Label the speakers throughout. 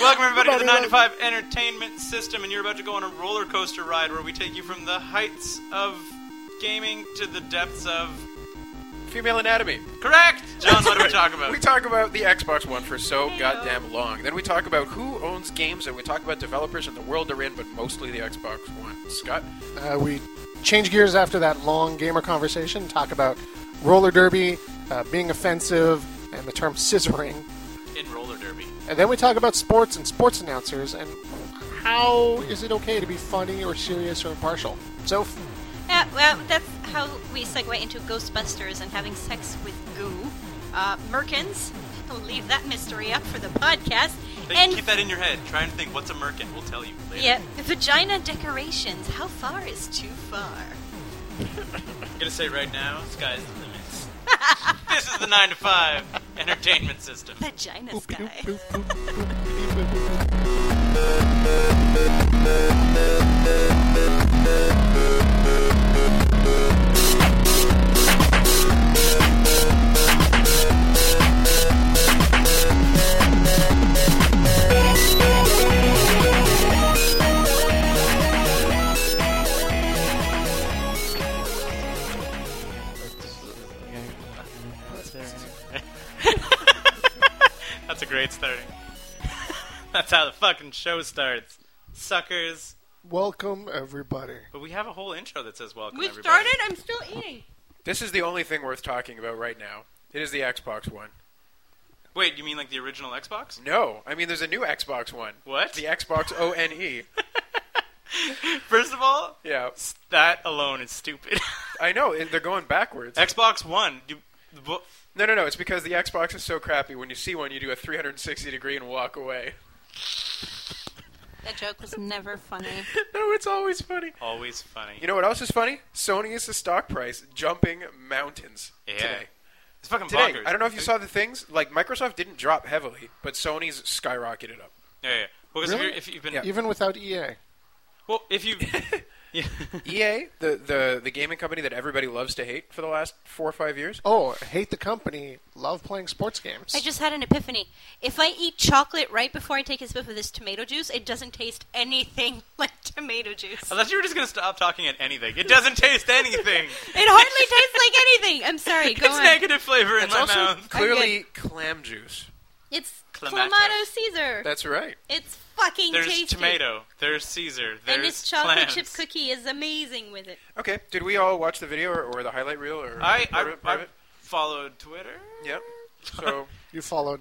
Speaker 1: Welcome everybody to the 9 to 5 Entertainment System, and you're about to go on a roller coaster ride where we take you from the heights of gaming to the depths of.
Speaker 2: Female anatomy.
Speaker 1: Correct! John, what are we talking about?
Speaker 2: We talk about the Xbox One for so goddamn long. Then we talk about who owns games, and we talk about developers and the world they're in, but mostly the Xbox One. Scott,
Speaker 3: Uh, we change gears after that long gamer conversation, talk about roller derby, uh, being offensive, and the term scissoring.
Speaker 1: In roller derby.
Speaker 3: And then we talk about sports and sports announcers and how is it okay to be funny or serious or impartial. So, f-
Speaker 4: Yeah, well, that's how we segue into Ghostbusters and having sex with goo. Uh, Merkins, I'll leave that mystery up for the podcast.
Speaker 1: Hey,
Speaker 4: and
Speaker 1: keep that in your head. Try and think, what's a merkin? We'll tell you later.
Speaker 4: yeah, vagina decorations. How far is too far?
Speaker 1: I'm gonna say right now, sky's the limits. this is the 9 to 5 Entertainment System.
Speaker 4: Vagina sky.
Speaker 1: That's a great starting. That's how the fucking show starts. Suckers.
Speaker 3: welcome everybody.
Speaker 1: But we have a whole intro that says welcome
Speaker 4: We
Speaker 1: everybody.
Speaker 4: started. I'm still eating.
Speaker 2: this is the only thing worth talking about right now. It is the Xbox One.
Speaker 1: Wait, you mean like the original Xbox?
Speaker 2: No, I mean, there's a new Xbox One.
Speaker 1: What?
Speaker 2: The Xbox O N E.
Speaker 1: First of all,
Speaker 2: Yeah.
Speaker 1: s- that alone is stupid.
Speaker 2: I know, it- they're going backwards.
Speaker 1: Xbox One. You, the bo-
Speaker 2: No, no, no, it's because the Xbox is so crappy. When you see one, you do a 360 degree and walk away.
Speaker 4: That joke was never funny.
Speaker 2: No, it's always funny.
Speaker 1: always funny.
Speaker 2: You know what else is funny? Sony's stock price jumping mountains
Speaker 1: Yeah.
Speaker 2: today.
Speaker 1: it's fucking
Speaker 2: Today,
Speaker 1: bonkers.
Speaker 2: I don't know if you saw the things. Like Microsoft didn't drop heavily, but Sony's skyrocketed up.
Speaker 1: Yeah, yeah. Well, 'cause if,
Speaker 3: Really?
Speaker 1: you're, if you've been,
Speaker 2: Yeah.
Speaker 3: Even without E EA.
Speaker 1: well, if you, yeah.
Speaker 2: EA, E the, the the gaming company that everybody loves to hate for the last four or five years.
Speaker 3: Oh, hate the company, love playing sports games.
Speaker 4: I just had an epiphany. If I eat chocolate right before I take a sip of this tomato juice, it doesn't taste anything like tomato juice.
Speaker 1: unless you were just gonna stop talking at anything, it doesn't taste anything.
Speaker 4: It hardly tastes like anything. I'm sorry. Go
Speaker 1: it's
Speaker 4: on.
Speaker 1: negative flavor in
Speaker 2: It's
Speaker 1: my
Speaker 2: also
Speaker 1: mouth.
Speaker 2: clearly clam juice.
Speaker 4: It's
Speaker 1: Clamato.
Speaker 4: Clamato Caesar.
Speaker 2: That's right.
Speaker 4: It's fucking
Speaker 1: There's
Speaker 4: tasty.
Speaker 1: tomato. There's Caesar. There's
Speaker 4: and this chocolate
Speaker 1: clams.
Speaker 4: chip cookie is amazing with it.
Speaker 2: Okay, did we all watch the video or, or the highlight reel or
Speaker 1: I
Speaker 2: part
Speaker 1: I,
Speaker 2: of it- part of
Speaker 1: I
Speaker 2: it?
Speaker 1: followed Twitter.
Speaker 2: Yep. So
Speaker 3: you followed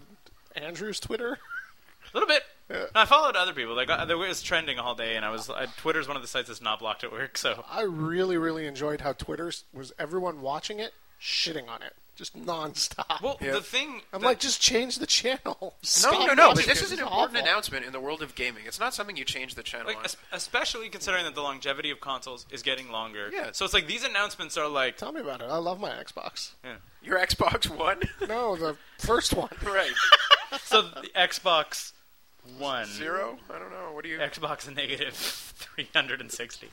Speaker 3: Andrew's Twitter?
Speaker 1: A little bit.
Speaker 3: Yeah.
Speaker 1: No, I followed other people. Like uh, there was trending all day, and I was I, Twitter's one of the sites that's not blocked at work. So
Speaker 3: I really, really enjoyed how Twitter was everyone watching it, shitting on it, just nonstop.
Speaker 1: well,
Speaker 2: Yeah.
Speaker 1: the thing
Speaker 3: I'm
Speaker 1: that-
Speaker 3: like, just change the channel.
Speaker 2: no,
Speaker 3: Stop
Speaker 2: no, no.
Speaker 3: watching
Speaker 2: But this
Speaker 3: it.
Speaker 2: is an
Speaker 3: It's
Speaker 2: important
Speaker 3: awful.
Speaker 2: announcement in the world of gaming. It's not something you change the channel
Speaker 1: like
Speaker 2: on.
Speaker 1: es- especially considering that the longevity of consoles is getting longer.
Speaker 2: Yeah.
Speaker 1: So it's like these announcements are like
Speaker 3: Tell me about it. I love my Xbox.
Speaker 1: yeah.
Speaker 2: Your Xbox One.
Speaker 3: No, the first one.
Speaker 2: right.
Speaker 1: so the Xbox One,
Speaker 2: Zero. I don't know. What do you?
Speaker 1: Xbox negative three hundred and sixty.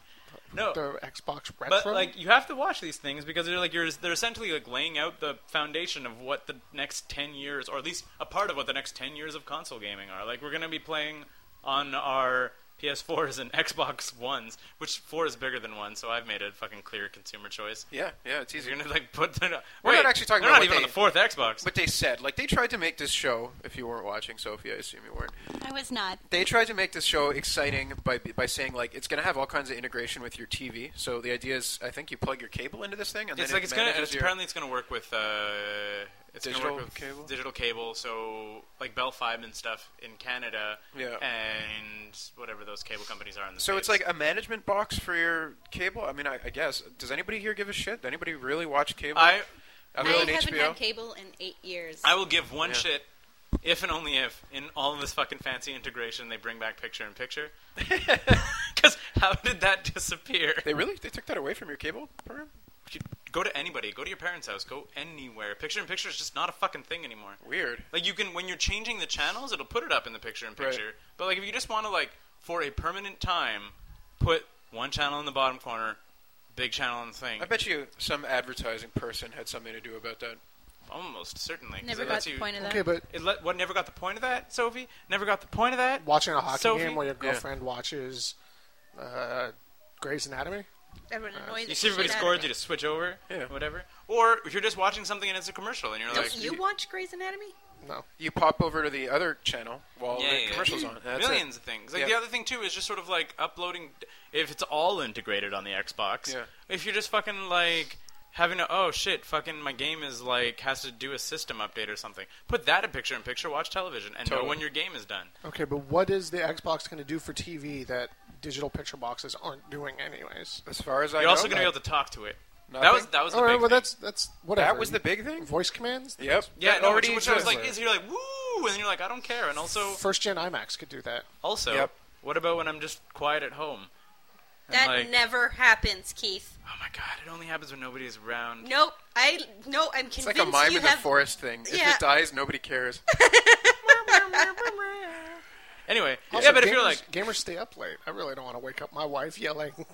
Speaker 1: No,
Speaker 3: The Xbox Retro.
Speaker 1: but like you have to watch these things because they're like you're they're essentially like laying out the foundation of what the next 10 years or at least a part of what the next 10 years of console gaming are like we're going to be playing on our ps4s and xbox ones which four is bigger than one so i've made a fucking clear consumer choice
Speaker 2: Yeah, yeah. It's easier.
Speaker 1: you're gonna like put them
Speaker 2: We're
Speaker 1: wait,
Speaker 2: not actually talking
Speaker 1: they're not
Speaker 2: about what
Speaker 1: even on
Speaker 2: they-
Speaker 1: the fourth xbox
Speaker 2: But they said, like, they tried to make this show. If you weren't watching, Sophie, I assume you weren't.
Speaker 4: I was not.
Speaker 2: They tried to make this show exciting by by saying like it's going to have all kinds of integration with your TV. So the idea is, I think you plug your cable into this thing, and
Speaker 1: it's
Speaker 2: then
Speaker 1: like
Speaker 2: it
Speaker 1: it's gonna
Speaker 2: manages
Speaker 1: it's,
Speaker 2: your-
Speaker 1: apparently it's gonna work with uh, it's
Speaker 2: Digital
Speaker 1: gonna work with
Speaker 2: cable?
Speaker 1: digital cable. So like Bell Fibe and stuff in Canada,
Speaker 2: Yeah.
Speaker 1: and whatever those cable companies are in the
Speaker 2: So it's
Speaker 1: States.
Speaker 2: like a management box for your cable. I mean, I, I guess. Does anybody here give a shit? Anybody really watch cable?
Speaker 1: I
Speaker 2: Other than
Speaker 4: I haven't
Speaker 2: HBO.
Speaker 4: had cable in eight years.
Speaker 1: I will give one
Speaker 2: Yeah.
Speaker 1: shit if and only if, in all of this fucking fancy integration, they bring back picture in picture. Because how did that disappear?
Speaker 2: They really? They took that away from your cable program?
Speaker 1: You- Go to anybody. Go to your parents' house. Go anywhere. Picture in picture is just not a fucking thing anymore.
Speaker 2: Weird.
Speaker 1: Like you can when you're changing the channels, it'll put it up in the picture in picture.
Speaker 2: Right.
Speaker 1: But like if you just want to like for a permanent time, put one channel in the bottom corner, big channel in the thing.
Speaker 2: I bet you some advertising person had something to do about that.
Speaker 1: almost certainly. 'cause
Speaker 4: Never
Speaker 1: it
Speaker 4: got
Speaker 1: lets
Speaker 4: the
Speaker 1: you,
Speaker 4: point of that.
Speaker 3: Okay, but
Speaker 1: It let, what never got the point of that, Sophie? Never got the point of that?
Speaker 3: watching a hockey
Speaker 1: Sophie?
Speaker 3: game while your girlfriend watches uh, Grey's Anatomy.
Speaker 4: Everyone
Speaker 2: Uh,
Speaker 4: annoys
Speaker 1: You see everybody scored, you just switch over,
Speaker 2: Yeah.
Speaker 1: whatever. Or if you're just watching something and it's a commercial and you're
Speaker 4: Don't
Speaker 1: like,
Speaker 4: you watch Grey's Anatomy?
Speaker 3: No,
Speaker 2: You pop over to the other channel while
Speaker 1: Yeah,
Speaker 2: the
Speaker 1: yeah,
Speaker 2: commercial's
Speaker 1: yeah.
Speaker 2: on. That's
Speaker 1: millions
Speaker 2: it.
Speaker 1: of things. Like
Speaker 2: Yeah.
Speaker 1: the other thing too is just sort of like uploading. If it's all integrated on the Xbox,
Speaker 2: Yeah.
Speaker 1: if you're just fucking like having to oh shit, fucking my game is like has to do a system update or something. Put that in picture in picture, watch television, and know
Speaker 2: Totally.
Speaker 1: when your game is done.
Speaker 3: okay, but what is the Xbox going to do for TV that digital picture boxes aren't doing, anyways?
Speaker 2: As far as I
Speaker 1: You're
Speaker 2: know,
Speaker 1: also going to be
Speaker 2: that-
Speaker 1: able to talk to it. That
Speaker 2: Nothing?
Speaker 1: was that was
Speaker 3: All
Speaker 1: the
Speaker 3: right,
Speaker 1: big
Speaker 3: well
Speaker 1: thing.
Speaker 3: that's that's whatever.
Speaker 2: That was the big thing.
Speaker 3: voice commands.
Speaker 2: Yep.
Speaker 1: yeah,
Speaker 2: That
Speaker 1: no,
Speaker 2: already
Speaker 1: which, which I was
Speaker 2: exists.
Speaker 1: like, is you're like woo, and you're like I don't care, and also
Speaker 3: First gen IMAX could do that.
Speaker 1: also
Speaker 2: Yep.
Speaker 1: what about when I'm just quiet at home? And
Speaker 4: That
Speaker 1: like,
Speaker 4: never happens, Keith.
Speaker 1: oh my god, it only happens when nobody's around.
Speaker 4: Nope. I no. I'm
Speaker 2: It's like
Speaker 4: convinced
Speaker 2: a mime
Speaker 4: you
Speaker 2: in the
Speaker 4: have.
Speaker 2: forest thing. If
Speaker 4: Yeah.
Speaker 2: it dies, nobody cares.
Speaker 1: Anyway,
Speaker 3: Also,
Speaker 1: yeah, but if
Speaker 3: gamers,
Speaker 1: you're like
Speaker 3: gamers stay up late. I really don't want to wake up my wife yelling,
Speaker 2: TV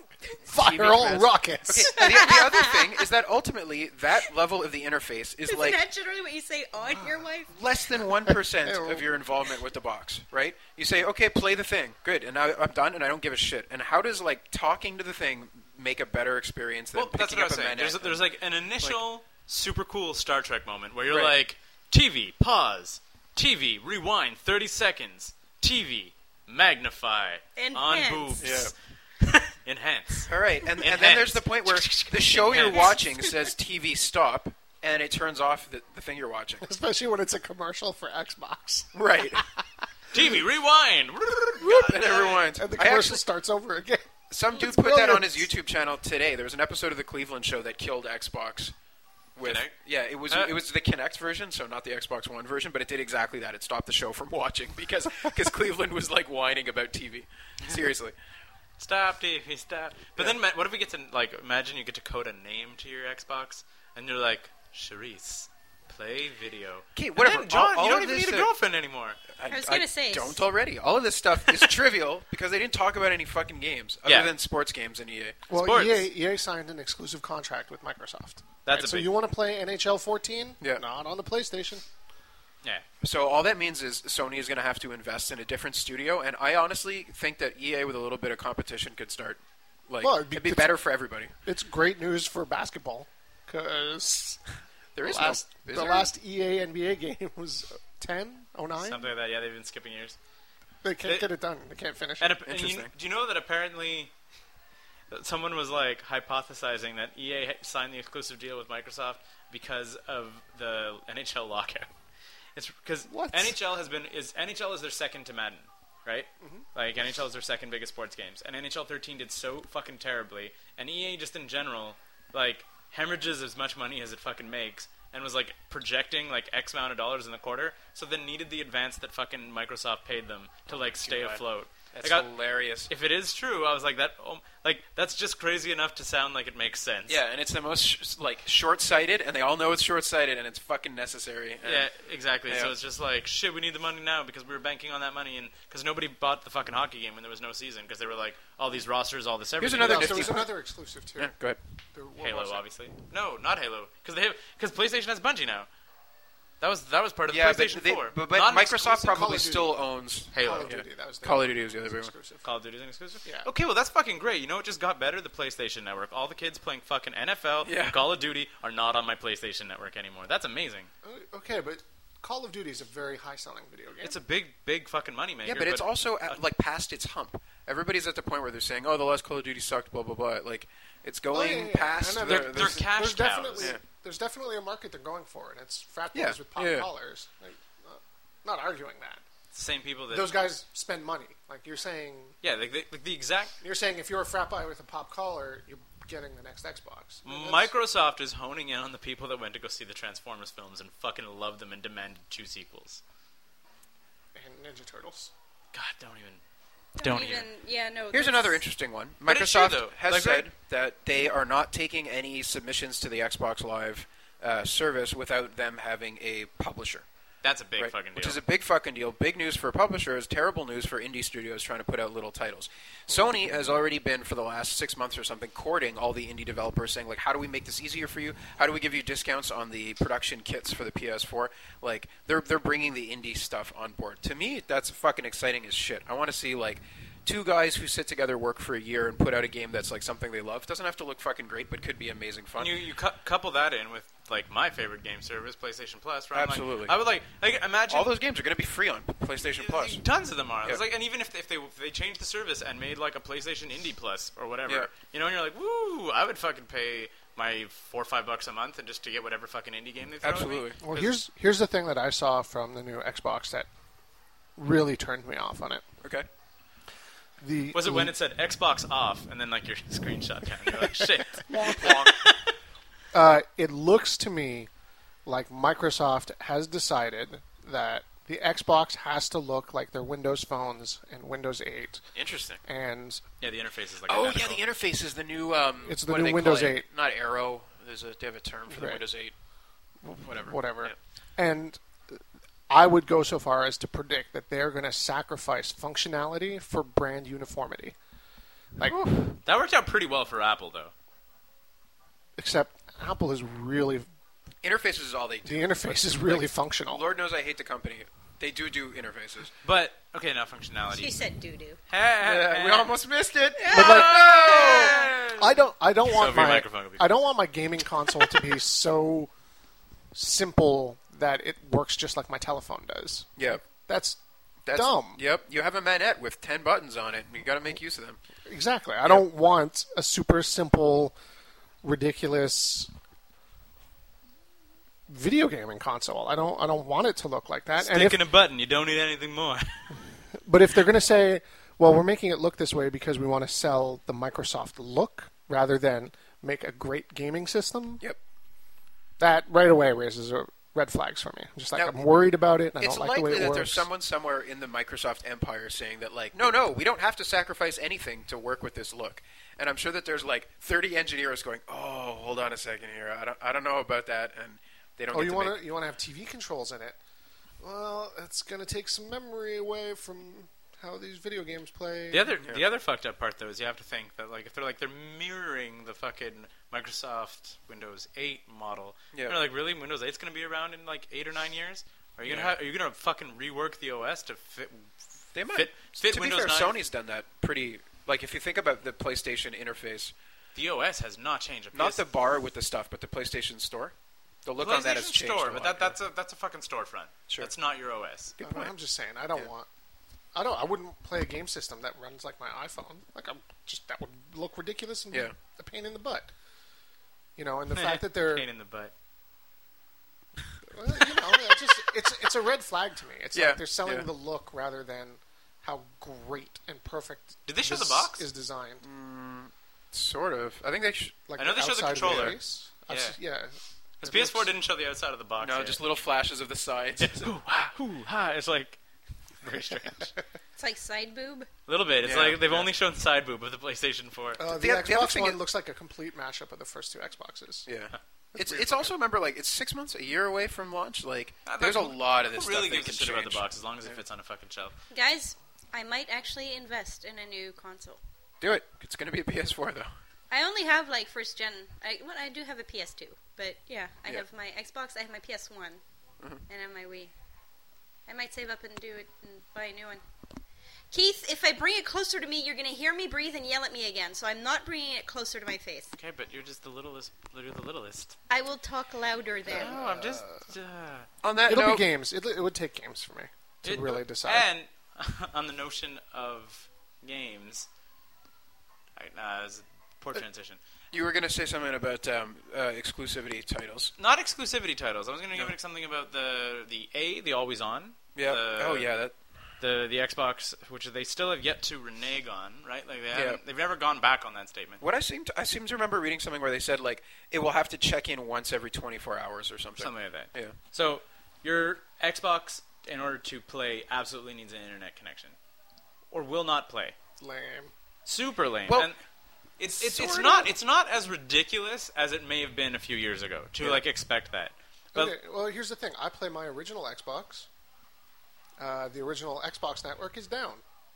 Speaker 3: "Fire all
Speaker 2: commands."
Speaker 3: rockets!"
Speaker 2: Okay, and the, the other thing is that ultimately that level of the interface is
Speaker 4: Isn't
Speaker 2: like
Speaker 4: that generally what you say on your wife?
Speaker 2: less than 1% of your involvement with the box, right? You say, okay, play the thing. Good. And now I'm done and I don't give a shit. And how does, like, talking to the thing make a better experience than
Speaker 1: well, that's
Speaker 2: picking
Speaker 1: what I was
Speaker 2: up a
Speaker 1: saying.
Speaker 2: menu?
Speaker 1: There's, there's like an initial super cool Star Trek moment where you're
Speaker 2: Right.
Speaker 1: like, TV pause, TV rewind 30 seconds, TV magnify
Speaker 4: Enhance.
Speaker 1: on boobs, enhance.
Speaker 2: All right. And, and then
Speaker 1: Enhanced.
Speaker 2: there's the point where the show you're
Speaker 1: Enhanced.
Speaker 2: watching says TV stop and it turns off the, the thing you're watching.
Speaker 3: Especially when it's a commercial for Xbox,
Speaker 2: Right.
Speaker 1: TV rewind.
Speaker 2: and it rewinds.
Speaker 3: and the
Speaker 2: I
Speaker 3: commercial
Speaker 2: actually-
Speaker 3: starts over again.
Speaker 2: Some dude
Speaker 3: It's
Speaker 2: put that on
Speaker 3: brilliant.
Speaker 2: his YouTube channel today. There was an episode of the Cleveland Show that killed Xbox. With
Speaker 1: Kinect?
Speaker 2: yeah, it was
Speaker 1: Uh.
Speaker 2: it was the Kinect version, so not the Xbox One version, but it did exactly that. It stopped the show from watching because because Cleveland was like whining about TV. Seriously,
Speaker 1: Stop, TV, stop. But then, ma- what if we get to like imagine you get to code a name to your Xbox, and you're like, Charisse, play video.
Speaker 2: 'Kay,
Speaker 1: And
Speaker 2: whatever.
Speaker 1: then, John,
Speaker 2: All- all
Speaker 1: you don't
Speaker 2: of
Speaker 1: even
Speaker 2: this,
Speaker 1: need a
Speaker 2: uh,
Speaker 1: girlfriend anymore.
Speaker 4: I was gonna say-
Speaker 2: don't already. All of this stuff is trivial because they didn't talk about any fucking games other
Speaker 1: Yeah.
Speaker 2: than sports games in E EA.
Speaker 3: Well, E
Speaker 1: Sports.
Speaker 3: EA, EA signed an exclusive contract with Microsoft.
Speaker 1: That's a
Speaker 3: so
Speaker 1: big-
Speaker 3: you want to play NHL 14?
Speaker 2: Yeah.
Speaker 3: Not on the PlayStation.
Speaker 1: Yeah.
Speaker 2: So all that means is Sony is going to have to invest in a different studio, and I honestly think that EA with a little bit of competition could start. Like
Speaker 3: Well,
Speaker 2: it'd
Speaker 3: it'd
Speaker 2: be,
Speaker 3: be-
Speaker 2: better for everybody.
Speaker 3: It's great news for basketball because
Speaker 2: There
Speaker 3: the
Speaker 2: is
Speaker 3: last,
Speaker 2: no, is
Speaker 3: the
Speaker 2: there?
Speaker 3: last E EA NBA game was 10, 09.
Speaker 1: Something like that. Yeah, they've been skipping years.
Speaker 3: They can't
Speaker 1: It-
Speaker 3: get it done. They can't finish
Speaker 1: And,
Speaker 3: it.
Speaker 1: ap- and you,
Speaker 2: Interesting.
Speaker 1: do you know that apparently that someone was like hypothesizing that EA had signed the exclusive deal with Microsoft because of the NHL lockout? It's because
Speaker 3: What?
Speaker 1: NHL has been is NHL is their second to Madden, right?
Speaker 2: Mm-hmm.
Speaker 1: Like NHL is their second biggest sports games, and NHL 13 did so fucking terribly, and EA just in general like hemorrhages as much money as it fucking makes. And was like projecting like X amount of dollars in the quarter, so then needed the advance that fucking Microsoft paid them to like stay
Speaker 2: Oh God.
Speaker 1: afloat.
Speaker 2: That's
Speaker 1: Like, I-
Speaker 2: hilarious.
Speaker 1: if it is true, I was like that. Oh, like that's just crazy enough to sound like it makes sense.
Speaker 2: yeah, and it's the most sh- like short-sighted, and they all know it's short-sighted, and it's fucking necessary. And
Speaker 1: Yeah, exactly. So
Speaker 2: Yeah.
Speaker 1: it's just like shit. We need the money now because we were banking on that money, and because nobody bought the fucking hockey game when there was no season because they were like all these rosters, all this everything.
Speaker 2: another
Speaker 3: No,
Speaker 2: nifty
Speaker 3: there was
Speaker 2: one.
Speaker 3: another exclusive too.
Speaker 2: Yeah, go ahead.
Speaker 3: There- what
Speaker 1: Halo,
Speaker 3: was it?
Speaker 1: obviously. No, not Halo, because they have because PlayStation has Bungie now. That was that was part of the
Speaker 2: Yeah, but,
Speaker 1: PlayStation
Speaker 2: they,
Speaker 1: 4.
Speaker 2: but, but
Speaker 1: Not an
Speaker 2: Microsoft
Speaker 1: exclusive-
Speaker 3: Call
Speaker 2: probably
Speaker 3: of Duty.
Speaker 2: still owns
Speaker 3: Call
Speaker 1: Halo.
Speaker 3: of
Speaker 2: Yeah.
Speaker 3: Duty. That was the
Speaker 2: Call of Duty was the other big one.
Speaker 3: exclusive.
Speaker 1: Call of Duty's an exclusive.
Speaker 3: Yeah.
Speaker 1: Okay, well that's fucking great. You know what just got better? The PlayStation Network. All the kids playing fucking NFL
Speaker 2: Yeah.
Speaker 1: and Call of Duty are not on my PlayStation Network anymore. That's amazing.
Speaker 3: Uh, Okay, but Call of Duty is a very high-selling video game.
Speaker 1: It's a big, big fucking moneymaker.
Speaker 2: Yeah, but it's
Speaker 1: but
Speaker 2: also at, like past its hump. Everybody's at the point where they're saying, "Oh, the last Call of Duty sucked," blah blah blah. Like it's going
Speaker 3: yeah, yeah,
Speaker 2: past.
Speaker 3: I know.
Speaker 2: their-
Speaker 3: They're-
Speaker 1: they're
Speaker 2: their-
Speaker 1: cash
Speaker 3: there's
Speaker 1: cows.
Speaker 3: definitely
Speaker 2: Yeah.
Speaker 3: there's definitely a market they're going for, and it's frat boys
Speaker 2: Yeah,
Speaker 3: with pop
Speaker 2: yeah.
Speaker 3: collars. Like, not, not arguing that.
Speaker 1: same people that
Speaker 3: Those guys spend money. Like you're saying,
Speaker 1: Yeah, like the, like the exact.
Speaker 3: you're saying if you're a frat boy with a pop collar, you're getting the next Xbox. I mean, that's-
Speaker 1: Microsoft is honing in on the people that went to go see the Transformers films and fucking loved them and demanded two sequels.
Speaker 3: Ninja Turtles.
Speaker 1: God, don't even. Don't, even.
Speaker 5: Yeah, no.
Speaker 2: Here's
Speaker 5: that's-
Speaker 2: another interesting one.
Speaker 1: But it's true,
Speaker 2: Microsoft
Speaker 1: though.
Speaker 2: has
Speaker 1: Like,
Speaker 2: said
Speaker 1: right-
Speaker 2: that they are not taking any submissions to the Xbox Live uh, service without them having a publisher.
Speaker 1: That's a big
Speaker 2: right?
Speaker 1: fucking deal.
Speaker 2: Which is a big fucking deal. Big news for publishers, terrible news for indie studios trying to put out little titles. Sony has already been for the last six months or something courting all the indie developers, saying like, "How do we make this easier for you? How do we give you discounts on the production kits for the PS4?" Like, they're they're bringing the indie stuff on board. To me, that's fucking exciting as shit. I want to see like. Two guys who sit together, work for a year, and put out a game that's like something they love. Doesn't have to look fucking great, but could be amazing fun.
Speaker 1: And you you cou- couple that in with like my favorite game service, PlayStation Plus. Where I'm like-
Speaker 2: Absolutely.
Speaker 1: I would like like imagine
Speaker 2: All those games are going to be free on PlayStation Plus.
Speaker 1: Tons of them are. It's
Speaker 2: Yeah.
Speaker 1: like, and even if they, if they if they changed the service and made like a PlayStation Indie Plus or whatever,
Speaker 2: Yeah.
Speaker 1: you know, and you're like, woo, I would fucking pay my four or five bucks a month and just to get whatever fucking indie game they throw at me.
Speaker 2: Absolutely.
Speaker 3: Well, here's here's the thing that I saw from the new Xbox that really turned me off on it.
Speaker 2: Okay.
Speaker 3: The
Speaker 1: Was it when it said Xbox off and then like your screenshot down? You're like, shit.
Speaker 3: Uh, it looks to me like Microsoft has decided that the Xbox has to look like their Windows phones and Windows 8,
Speaker 1: Interesting.
Speaker 3: and
Speaker 1: Yeah, the interface is like.
Speaker 2: Oh yeah,
Speaker 1: identical.
Speaker 2: the interface is the new. Um,
Speaker 3: It's the
Speaker 2: what
Speaker 3: new
Speaker 2: do they call
Speaker 3: Windows
Speaker 2: it?
Speaker 3: 8.
Speaker 2: Not Arrow. There's a they have a term for the
Speaker 3: Right.
Speaker 2: Windows 8. Whatever.
Speaker 3: whatever.
Speaker 2: Yeah.
Speaker 3: And I would go so far as to predict that they're going to sacrifice functionality for brand uniformity. Like,
Speaker 1: That worked out pretty well for Apple though.
Speaker 3: except Apple is really
Speaker 2: Interfaces is all they
Speaker 3: the
Speaker 2: do.
Speaker 3: interface is really functional.
Speaker 2: Lord knows I hate the company. They do do interfaces.
Speaker 1: But okay, now
Speaker 4: She
Speaker 1: functionality.
Speaker 4: said doo doo.
Speaker 2: Uh, we almost missed it.
Speaker 3: But like, I don't. I don't want
Speaker 1: Sophie,
Speaker 3: my.
Speaker 1: microphone will be-
Speaker 3: I don't want my gaming console to be so simple that it works just like my telephone does.
Speaker 2: Yep.
Speaker 3: That's
Speaker 2: That's,
Speaker 3: dumb.
Speaker 2: Yep. You have a manette with ten buttons on it. and You got to make use of them.
Speaker 3: Exactly. I don't want a super simple, ridiculous video gaming console. I don't. I don't want it to look like that. and if,
Speaker 1: Sticking a button, you don't need anything more.
Speaker 3: but if they're going to say, "Well, we're making it look this way because we want to sell the Microsoft look," rather than make a great gaming system,
Speaker 2: Yep.
Speaker 3: that right away raises uh red flags for me. I'm just like
Speaker 2: Now,
Speaker 3: I'm worried about it. And I
Speaker 2: It's
Speaker 3: don't like the way
Speaker 2: likely
Speaker 3: it
Speaker 2: that
Speaker 3: works.
Speaker 2: there's someone somewhere in the Microsoft empire saying that, like, no, no, we don't have to sacrifice anything to work with this look. And I'm sure that there's like 30 engineers going, oh, hold on a second here. I don't, I don't know about that. And they don't.
Speaker 3: oh,
Speaker 2: get
Speaker 3: you
Speaker 2: to
Speaker 3: want
Speaker 2: make-
Speaker 3: to you want to have TV controls in it? Well, it's going to take some memory away from how these video games play.
Speaker 1: The other, the other fucked up part though is you have to think that like if they're like they're mirroring the fucking Microsoft Windows 8 model,
Speaker 2: Yeah.
Speaker 1: you know, like really Windows 8's gonna be around in like eight or nine years. Are you gonna
Speaker 2: Yeah.
Speaker 1: ha- are you gonna fucking rework the OS to fit?
Speaker 2: They might.
Speaker 1: Fit- fit
Speaker 2: to
Speaker 1: Windows
Speaker 2: be fair,
Speaker 1: 9.
Speaker 2: Sony's done that pretty. Like if you think about the PlayStation interface,
Speaker 1: The OS has not changed. A
Speaker 2: not
Speaker 1: PS
Speaker 2: the bar with the stuff, but the PlayStation Store. The look on that has
Speaker 1: PlayStation
Speaker 2: changed.
Speaker 1: store,
Speaker 2: a
Speaker 1: but that,
Speaker 2: lot,
Speaker 1: that's a that's a fucking storefront.
Speaker 2: Sure.
Speaker 1: That's not your OS.
Speaker 3: I don't know, I'm just saying, I don't want. I don't. I wouldn't play a game system that runs like my iPhone. Like I'm just that would look ridiculous and
Speaker 2: Yeah.
Speaker 3: a pain in the butt. You know, and the fact that they're
Speaker 1: pain in the butt.
Speaker 3: well, you know, it's just it's it's a red flag to me. It's
Speaker 2: Yeah,
Speaker 3: like they're selling
Speaker 2: yeah.
Speaker 3: the look rather than how great and perfect
Speaker 1: Did they show the
Speaker 3: this
Speaker 1: box? Mm.
Speaker 3: is designed.
Speaker 2: yeah. sort of. I think they should.
Speaker 3: Like
Speaker 1: I know they showed the
Speaker 3: outside of
Speaker 1: controller.
Speaker 3: case. I've s- yeah.
Speaker 1: Because
Speaker 3: It
Speaker 1: PS4
Speaker 3: looks-
Speaker 1: didn't show the outside of the box.
Speaker 2: No,
Speaker 1: yet.
Speaker 2: just little flashes of the sides.
Speaker 1: Ooh, ah, ooh, ah, It's like very strange. A
Speaker 5: It's like side boob.
Speaker 1: little bit. It's
Speaker 2: Yeah,
Speaker 1: like they've
Speaker 2: yeah. Oh,
Speaker 1: only shown side boob of the PlayStation 4.
Speaker 3: Uh, the,
Speaker 2: The- the other
Speaker 3: Xbox
Speaker 2: thing
Speaker 3: one
Speaker 2: is-
Speaker 3: looks like a complete mashup of the first two Xboxes.
Speaker 2: Yeah. It's, it's also remember like it's six months a year away from launch. Like
Speaker 1: Uh,
Speaker 2: there's a
Speaker 1: who-
Speaker 2: lot of
Speaker 1: Who
Speaker 2: this
Speaker 1: really
Speaker 2: stuff they
Speaker 1: gives a
Speaker 2: can
Speaker 1: shit
Speaker 2: change.
Speaker 1: about the box as long as it fits on a fucking shelf?
Speaker 5: Guys, I might actually invest in a new console.
Speaker 2: Do it. It's going to be a PS4 though.
Speaker 5: I only have like first gen. I well, I do have a PS2, but yeah, I
Speaker 2: Yeah.
Speaker 5: have my Xbox, I have my PS1, and I have my Wii. I might save up and do it and buy a new one. Keith, if I bring it closer to me, you're gonna hear me breathe and yell at me again. So I'm not bringing it closer to my face.
Speaker 1: Okay, but you're just the littlest. You're the littlest.
Speaker 5: I will talk louder then.
Speaker 1: No, I'm just. Uh,
Speaker 2: On that
Speaker 3: It'll
Speaker 2: note,
Speaker 3: be games. It, it would take games for me to
Speaker 1: it- Eh.
Speaker 3: really decide.
Speaker 1: And on the notion of games, I, nah, it was a
Speaker 2: Uh,
Speaker 1: poor transition.
Speaker 2: you were going to say something about um, uh, exclusivity titles.
Speaker 1: Not exclusivity titles. I was going to give it something about the the A, the always on.
Speaker 2: Yeah.
Speaker 1: The-
Speaker 2: oh yeah. That
Speaker 1: The the Xbox, which they still have yet to renege on, right? Like they
Speaker 2: Yeah.
Speaker 1: haven't, they've never gone back on that statement.
Speaker 2: What I seem to, I seem to remember reading something where they said like it will have to check in once every 24 hours or something.
Speaker 1: Something like that.
Speaker 2: Yeah.
Speaker 1: So your Xbox in order to play, absolutely needs an internet connection, or will not play.
Speaker 3: Lame.
Speaker 1: Super lame.
Speaker 2: Well,
Speaker 1: and it's it's, it's
Speaker 2: sorta.
Speaker 1: not it's not as ridiculous as it may have been a few years ago to like expect that. But
Speaker 3: Okay, well, here's the thing. I play my original Xbox. Uh, the original Xbox network is down.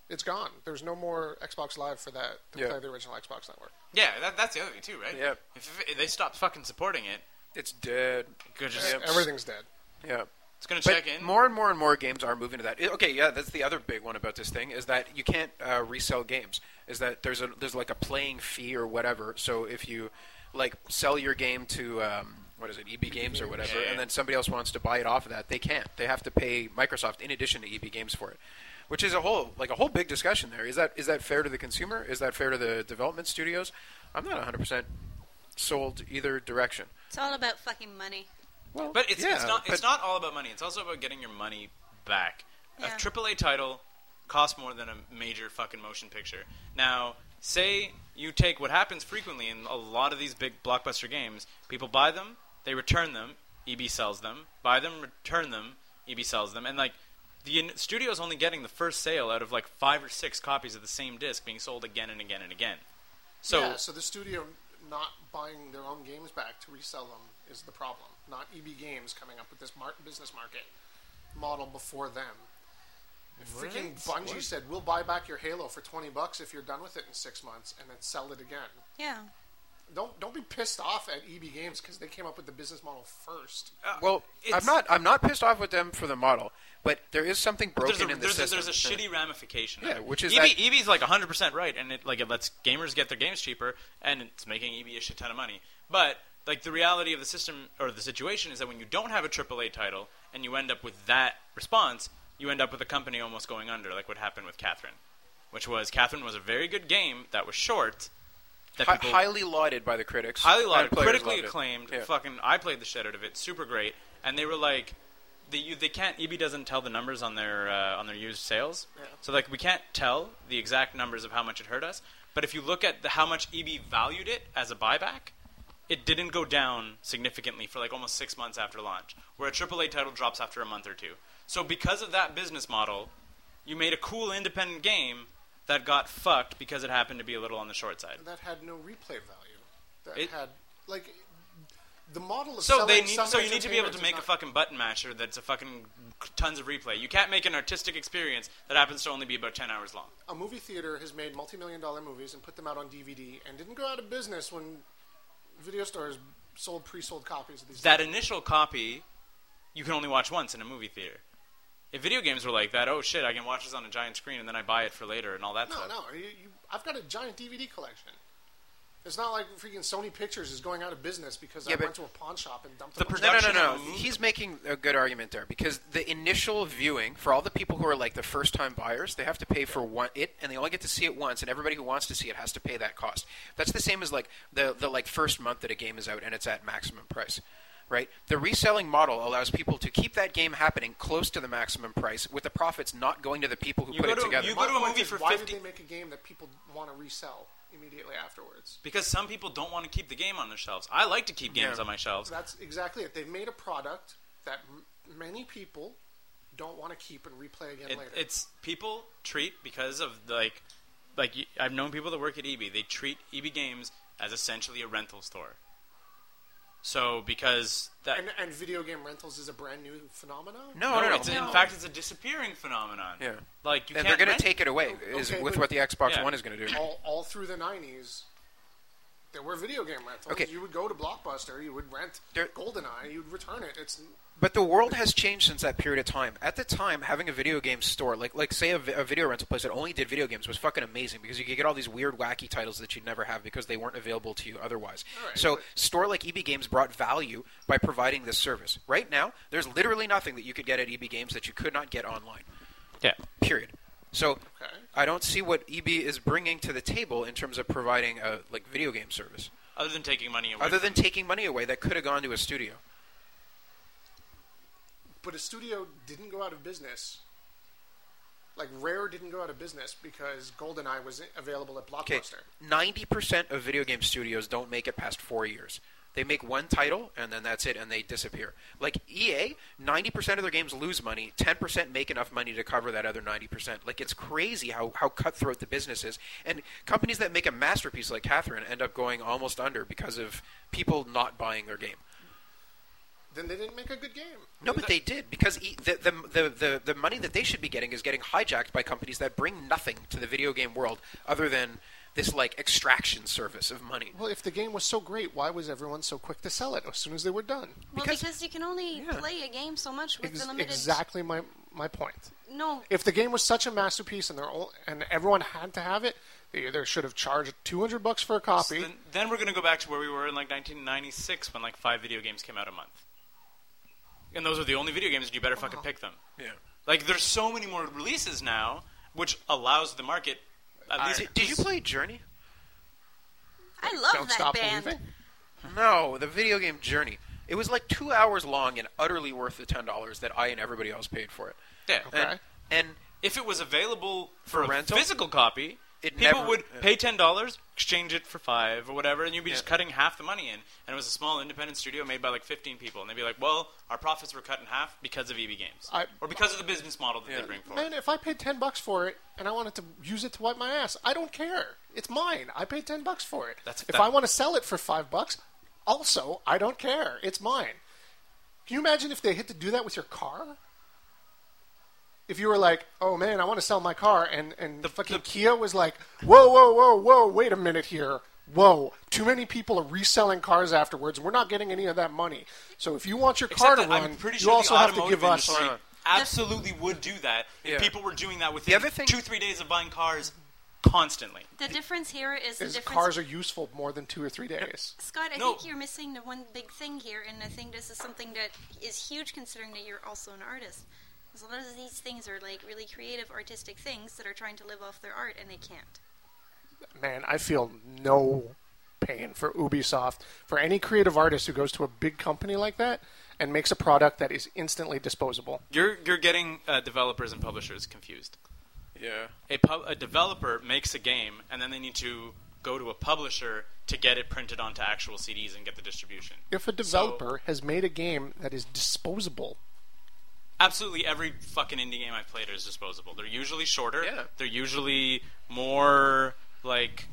Speaker 3: It's gone. There's no more Xbox Live for that to
Speaker 2: Yeah.
Speaker 3: play the original Xbox network.
Speaker 1: yeah, that, that's the other thing too, right?
Speaker 2: Yeah.
Speaker 1: If, if they stop fucking supporting it,
Speaker 2: It's dead.
Speaker 1: it could just,
Speaker 2: Yeah.
Speaker 3: Everything's dead.
Speaker 2: Yeah.
Speaker 1: it's gonna
Speaker 2: But
Speaker 1: check in.
Speaker 2: more and more and more games are moving to that. It- Okay, yeah, that's the other big one about this thing is that you can't uh, resell games. Is that there's a there's like a playing fee or whatever. So if you like sell your game to um, what is it EB Games or whatever,
Speaker 1: Yeah, yeah.
Speaker 2: and then somebody else wants to buy it off of that, they can't. They have to pay Microsoft in addition to EB Games for it, which is a whole like a whole big discussion there. Is that is that fair to the consumer? Is that fair to the development studios? I'm not 100 percent sold either direction.
Speaker 5: It's all about fucking money.
Speaker 2: Well,
Speaker 1: But it's, it's
Speaker 2: yeah,
Speaker 1: not it's
Speaker 2: but-
Speaker 1: not all about money. It's also about getting your money back.
Speaker 5: Yeah.
Speaker 1: A AAA title costs more than a major fucking motion picture. Now, say you take what happens frequently in a lot of these big blockbuster games. People buy them, they return them, EB sells them, buy them, return them, EB sells them, and like the in- studio's only getting the first sale out of like five or six copies of the same disc being sold again and again and again. So
Speaker 3: yeah, so the studio not buying their own games back to resell them is the problem. Not EB Games coming up with this mar- business market model before them. Freaking
Speaker 1: Right?
Speaker 3: Bungie said, "We'll buy back your Halo for twenty bucks if you're done with it in six months, and then sell it again."
Speaker 5: Yeah.
Speaker 3: Don't don't be pissed off at EB Games because they came up with the business model first.
Speaker 2: Well,
Speaker 1: Uh, It's-
Speaker 2: I'm not. I'm not pissed off with them for the model, but there is something broken
Speaker 1: there's a,
Speaker 2: in the
Speaker 1: there's
Speaker 2: system.
Speaker 1: A, there's a shitty ramification. of
Speaker 2: Yeah,
Speaker 1: it. E
Speaker 2: which is
Speaker 1: EB,
Speaker 2: that-
Speaker 1: EB's like 100 percent right, and it like it lets gamers get their games cheaper, and it's making EB a shit ton of money. But like the reality of the system or the situation is that when you don't have a AAA title and you end up with that response, you end up with a company almost going under, like what happened with Catherine, which was Catherine was a very good game that was short. That
Speaker 2: Hi-
Speaker 1: people
Speaker 2: highly lauded by the critics.
Speaker 1: highly
Speaker 2: and
Speaker 1: lauded,
Speaker 2: players
Speaker 1: critically
Speaker 2: loved it.
Speaker 1: acclaimed.
Speaker 2: Yeah.
Speaker 1: Fucking, I played the shit out of it. Super great. And they were like, they, you, they can't. EB doesn't tell the numbers on their uh, on their used sales. So like, we can't tell the exact numbers of how much it hurt us. But if you look at the, how much EB valued it as a buyback, it didn't go down significantly for like almost six months after launch, where a AAA title drops after a month or two. So because of that business model, you made a cool independent game that got fucked because it happened to be a little on the short side.
Speaker 3: That had no replay value. That
Speaker 1: It-
Speaker 3: had like the model of
Speaker 1: So
Speaker 3: selling
Speaker 1: they need,
Speaker 3: some
Speaker 1: so you need to be able
Speaker 3: entertainment
Speaker 1: to
Speaker 3: is
Speaker 1: make a
Speaker 3: not-
Speaker 1: fucking button masher that's a fucking tons of replay. You can't make an artistic experience that happens to only be about ten hours long.
Speaker 3: a movie theater has made multi-million dollar movies and put them out on DVD and didn't go out of business when video stores sold pre-sold copies of these.
Speaker 1: That initial copy, you can only watch once in a movie theater. If video games were like that, oh shit, I can watch this on a giant screen and then I buy it for later and all that
Speaker 3: no,
Speaker 1: stuff.
Speaker 3: no, you, you, I've got a giant DVD collection. It's not like freaking Sony Pictures is going out of business because
Speaker 2: Yeah,
Speaker 3: I
Speaker 2: but-
Speaker 3: went to a pawn shop and dumped
Speaker 1: The
Speaker 3: a bunch of-
Speaker 2: No, no,
Speaker 1: production
Speaker 2: no,
Speaker 1: on
Speaker 2: no.
Speaker 1: movie.
Speaker 2: He's making a good argument there because the initial viewing for all the people who are like the first time buyers, they have to pay for one it, and they only get to see it once, and everybody who wants to see it has to pay that cost. That's the same as like the the like first month that a game is out and it's at maximum price. Right, the reselling model allows people to keep that game happening close to the maximum price, with the profits not going to the people who
Speaker 1: You
Speaker 2: put
Speaker 1: go
Speaker 2: it
Speaker 1: to-
Speaker 2: together.
Speaker 1: you
Speaker 3: My
Speaker 1: go to a
Speaker 3: point
Speaker 1: movie
Speaker 3: is,
Speaker 1: for
Speaker 3: why
Speaker 1: 50
Speaker 3: did they make a game that people want to resell immediately afterwards?
Speaker 1: Because some people don't want to keep the game on their shelves. I like to keep games
Speaker 2: Yeah.
Speaker 1: on my shelves.
Speaker 3: That's exactly it. They've made a product that m- many people don't want to keep and replay again
Speaker 1: It,
Speaker 3: later.
Speaker 1: it's people treat because of like like y- I've known people that work at EB. They treat EB Games as essentially a rental store. So because that
Speaker 3: and, and video game rentals is a brand new phenomenon.
Speaker 2: no, no, no.
Speaker 1: it's- in fact it's a disappearing phenomenon.
Speaker 2: Yeah.
Speaker 1: Like you
Speaker 2: and they're
Speaker 1: can't
Speaker 2: going
Speaker 1: rent-
Speaker 2: to take it away is
Speaker 3: Okay,
Speaker 2: with
Speaker 3: but-
Speaker 2: what the Xbox
Speaker 1: Yeah.
Speaker 2: One is going to do.
Speaker 3: all, all through the 90s, there were video game rentals.
Speaker 2: Okay.
Speaker 3: You would go to Blockbuster, you would rent
Speaker 2: There-
Speaker 3: GoldenEye, you'd return it. It's
Speaker 2: But the world has changed since that period of time. At the time, having a video game store, like like say a, vi- a video rental place that only did video games, was fucking amazing because you could get all these weird, wacky titles that you'd never have because they weren't available to you otherwise.
Speaker 3: Alright,
Speaker 2: so
Speaker 3: but-
Speaker 2: store like EB Games brought value by providing this service. Right now, there's literally nothing that you could get at EB Games that you could not get online.
Speaker 1: Yeah.
Speaker 2: Period. So
Speaker 3: Okay.
Speaker 2: I don't see what EB is bringing to the table in terms of providing a like video game service,
Speaker 1: Other than taking money away.
Speaker 2: other than
Speaker 1: from-
Speaker 2: taking money away that could have gone to a studio.
Speaker 3: but a studio didn't go out of business. Like Rare didn't go out of business because GoldenEye was available at
Speaker 2: Okay,
Speaker 3: Blockbuster.
Speaker 2: ninety percent of video game studios don't make it past four years. They make one title and then that's it, and they disappear. Like EA, ninety percent of their games lose money, ten percent make enough money to cover that other ninety percent. Like it's crazy how how cutthroat the business is, and companies that make a masterpiece like Catherine end up going almost under because of people not buying their game.
Speaker 3: Then they didn't make a good game.
Speaker 2: No, but they did because e- the, the, the, the, the money that they should be getting is getting hijacked by companies that bring nothing to the video game world other than this like extraction service of money.
Speaker 3: Well, if the game was so great, why was everyone so quick to sell it as soon as they were done?
Speaker 5: Well,
Speaker 2: Because-
Speaker 5: because, you can only
Speaker 2: Yeah.
Speaker 5: play a game so much with
Speaker 3: Ex-
Speaker 5: the limited.
Speaker 3: exactly my my point.
Speaker 5: No,
Speaker 3: If the game was such a masterpiece and they're all, and everyone had to have it, they either should have charged two hundred bucks for a
Speaker 1: So
Speaker 3: copy.
Speaker 1: then, then we're going to go back to where we were in like 1996 when like five video games came out a month. And those are the only video games, and you better fucking pick them.
Speaker 2: Yeah.
Speaker 1: Like, there's so many more releases now, which allows the market. At least,
Speaker 2: Did, did you play Journey?
Speaker 5: I love
Speaker 3: Don't
Speaker 5: that
Speaker 3: stop
Speaker 5: band.
Speaker 3: believing.
Speaker 2: No, the video game Journey. It was like two hours long and utterly worth the ten dollars that I and everybody else paid for it.
Speaker 1: Yeah.
Speaker 3: Okay.
Speaker 2: And, and
Speaker 1: If it was available for,
Speaker 2: For
Speaker 1: a
Speaker 2: rental?
Speaker 1: physical copy,
Speaker 2: It
Speaker 1: people
Speaker 2: never-
Speaker 1: would
Speaker 2: yeah.
Speaker 1: pay ten dollars, exchange it for five or whatever, and you'd be just
Speaker 2: Yeah.
Speaker 1: cutting half the money in. And it was a small independent studio made by like 15 people, and they'd be like, "Well, our profits were cut in half because of EB Games,
Speaker 3: I-
Speaker 1: or because of the business model that
Speaker 2: Yeah.
Speaker 1: they bring forward."
Speaker 3: Man, if I paid ten bucks for it and I wanted to use it to wipe my ass, I don't care. It's mine. I paid ten bucks for it.
Speaker 1: That's-
Speaker 3: if
Speaker 1: that-
Speaker 3: I want to sell it for five bucks, also I don't care. It's mine. Can you imagine if they had to do that with your car? If you were like, "Oh man, I want to sell my car," and and the fucking
Speaker 1: the-
Speaker 3: Kia was like, "Whoa, whoa, whoa, whoa! Wait a minute here." Whoa! Too many people are reselling cars afterwards. and We're not getting any of that money. So if you want your car
Speaker 1: Except
Speaker 3: to
Speaker 1: that
Speaker 3: run,
Speaker 1: I'm pretty
Speaker 3: you
Speaker 1: sure
Speaker 3: also
Speaker 1: the
Speaker 3: have to
Speaker 1: automotive
Speaker 3: give us.
Speaker 1: industry absolutely would do that if
Speaker 2: Yeah.
Speaker 1: people were doing that within
Speaker 2: The other thing-
Speaker 1: two, three days of buying cars constantly.
Speaker 5: The difference here is the
Speaker 3: is
Speaker 5: difference.
Speaker 3: cars are useful more than two or three days.
Speaker 5: Scott, I
Speaker 1: No.
Speaker 5: think you're missing the one big thing here, and I think this is something that is huge considering that you're also an artist. Because a lot of these things are like really creative, artistic things that are trying to live off their art, and they can't.
Speaker 3: Man, I feel no pain for Ubisoft, for any creative artist who goes to a big company like that and makes a product that is instantly disposable.
Speaker 1: You're, you're getting uh, developers and publishers confused.
Speaker 2: yeah,
Speaker 1: A, pub, a developer makes a game, and then they need to go to a publisher to get it printed onto actual CDs and get the distribution.
Speaker 3: If a developer has made a game that is disposable,
Speaker 1: Absolutely every fucking indie game I've played is disposable. They're usually shorter.
Speaker 2: Yeah.
Speaker 1: They're usually more like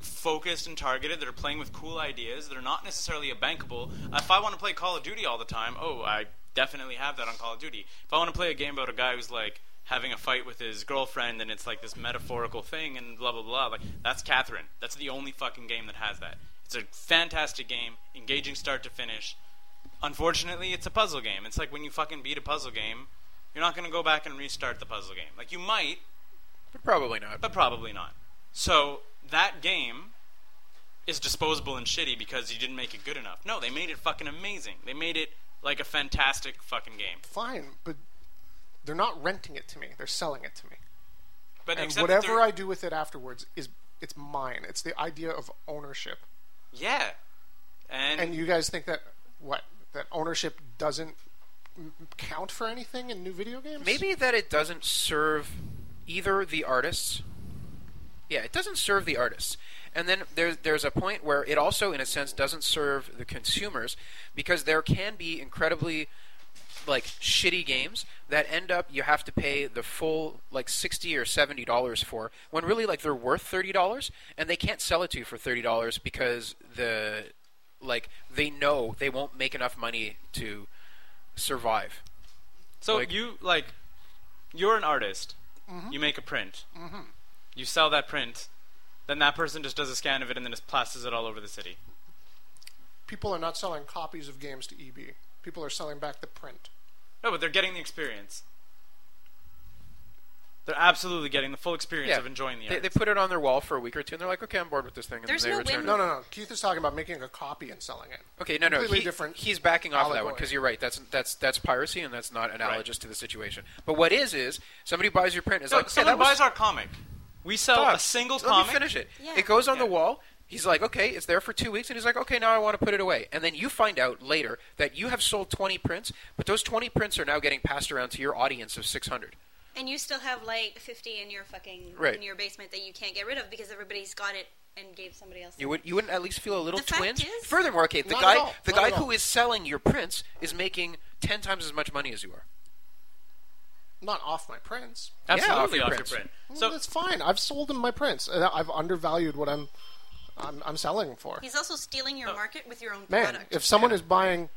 Speaker 1: focused and targeted. They're playing with cool ideas. They're not necessarily a bankable. Uh, If I want to play Call of Duty all the time, oh, I definitely have that on Call of Duty. If I want to play a game about a guy who's like having a fight with his girlfriend and it's like this metaphorical thing and blah blah blah, like that's Catherine. That's the only fucking game that has that. It's a fantastic game, engaging start to finish unfortunately, it's a puzzle game. It's like when you fucking beat a puzzle game, you're not going to go back and restart the puzzle game. Like you might,
Speaker 2: but probably not.
Speaker 1: but probably not. So that game is disposable and shitty because you didn't make it good enough. No, they made it fucking amazing. They made it like a fantastic fucking game.
Speaker 3: fine, but they're not renting it to me, they're selling it to me.
Speaker 1: But
Speaker 3: And
Speaker 1: except that
Speaker 3: whatever
Speaker 1: they're-
Speaker 3: I do with it afterwards is it's mine. It's the idea of ownership.
Speaker 1: yeah, and,
Speaker 3: And you guys think that what that ownership doesn't m- count for anything in new video games?
Speaker 2: Maybe that it doesn't serve either the artists. Yeah, it doesn't serve the artists. And then there's there's a point where it also, in a sense, doesn't serve the consumers because there can be incredibly like shitty games that end up you have to pay the full like sixty or seventy dollars for when really like they're worth thirty dollars and they can't sell it to you for thirty dollars because the like they know they won't make enough money to survive.
Speaker 1: So
Speaker 2: Like-
Speaker 1: you like, you're an artist. You make a print. You sell that print. Then that person just does a scan of it and then just plasters it all over the city.
Speaker 3: people are not selling copies of games to EB. People are selling back the print.
Speaker 1: No, but they're getting the experience. They're absolutely getting the full experience of enjoying the
Speaker 2: they,
Speaker 1: art.
Speaker 2: they put it on their wall for a week or two, and they're like, "Okay, I'm bored with this thing." And
Speaker 5: There's
Speaker 2: then they
Speaker 5: no
Speaker 2: return
Speaker 5: win-
Speaker 2: it.
Speaker 3: No, no, no. Keith is talking about making a copy and selling it.
Speaker 2: Okay, no, no.
Speaker 3: Completely
Speaker 2: he-
Speaker 3: different
Speaker 2: He's backing off of that one
Speaker 3: allegory.
Speaker 2: because you're right. That's that's that's piracy, and that's not analogous to the situation. But what is is somebody buys your print. Is
Speaker 1: no,
Speaker 2: like, "Hey,
Speaker 1: someone
Speaker 2: that was
Speaker 1: buys our comic. We sell a
Speaker 2: fucked.
Speaker 1: single
Speaker 2: Let
Speaker 1: comic.
Speaker 2: me finish it.
Speaker 5: Yeah.
Speaker 2: It goes on the
Speaker 1: Yeah.
Speaker 2: wall. He's like, "Okay, it's there for two weeks," and he's like, "Okay, now I want to put it away." And then you find out later that you have sold 20 prints, but those 20 prints are now getting passed around to your audience of 600.
Speaker 5: And you still have like 50 in your fucking
Speaker 2: Right.
Speaker 5: in your basement that you can't get rid of because everybody's got it and gave somebody else.
Speaker 2: You would you wouldn't at least feel a little
Speaker 5: The fact
Speaker 2: twinge?
Speaker 5: is-
Speaker 2: Furthermore, okay, the
Speaker 3: Not at
Speaker 2: guy
Speaker 3: all.
Speaker 2: the
Speaker 3: Not
Speaker 2: guy
Speaker 3: at all.
Speaker 2: who is selling your prints is making ten times as much money as you are.
Speaker 3: Not off my prints.
Speaker 1: Absolutely
Speaker 2: Yeah, off
Speaker 1: off
Speaker 2: your
Speaker 1: your
Speaker 2: prints.
Speaker 1: print.
Speaker 3: Well,
Speaker 1: So
Speaker 3: that's fine. I've sold him my prints. And I've undervalued what I'm I'm, I'm selling for.
Speaker 5: He's also stealing
Speaker 2: Oh.
Speaker 5: your market with your own
Speaker 3: Man,
Speaker 5: product.
Speaker 3: if someone is buying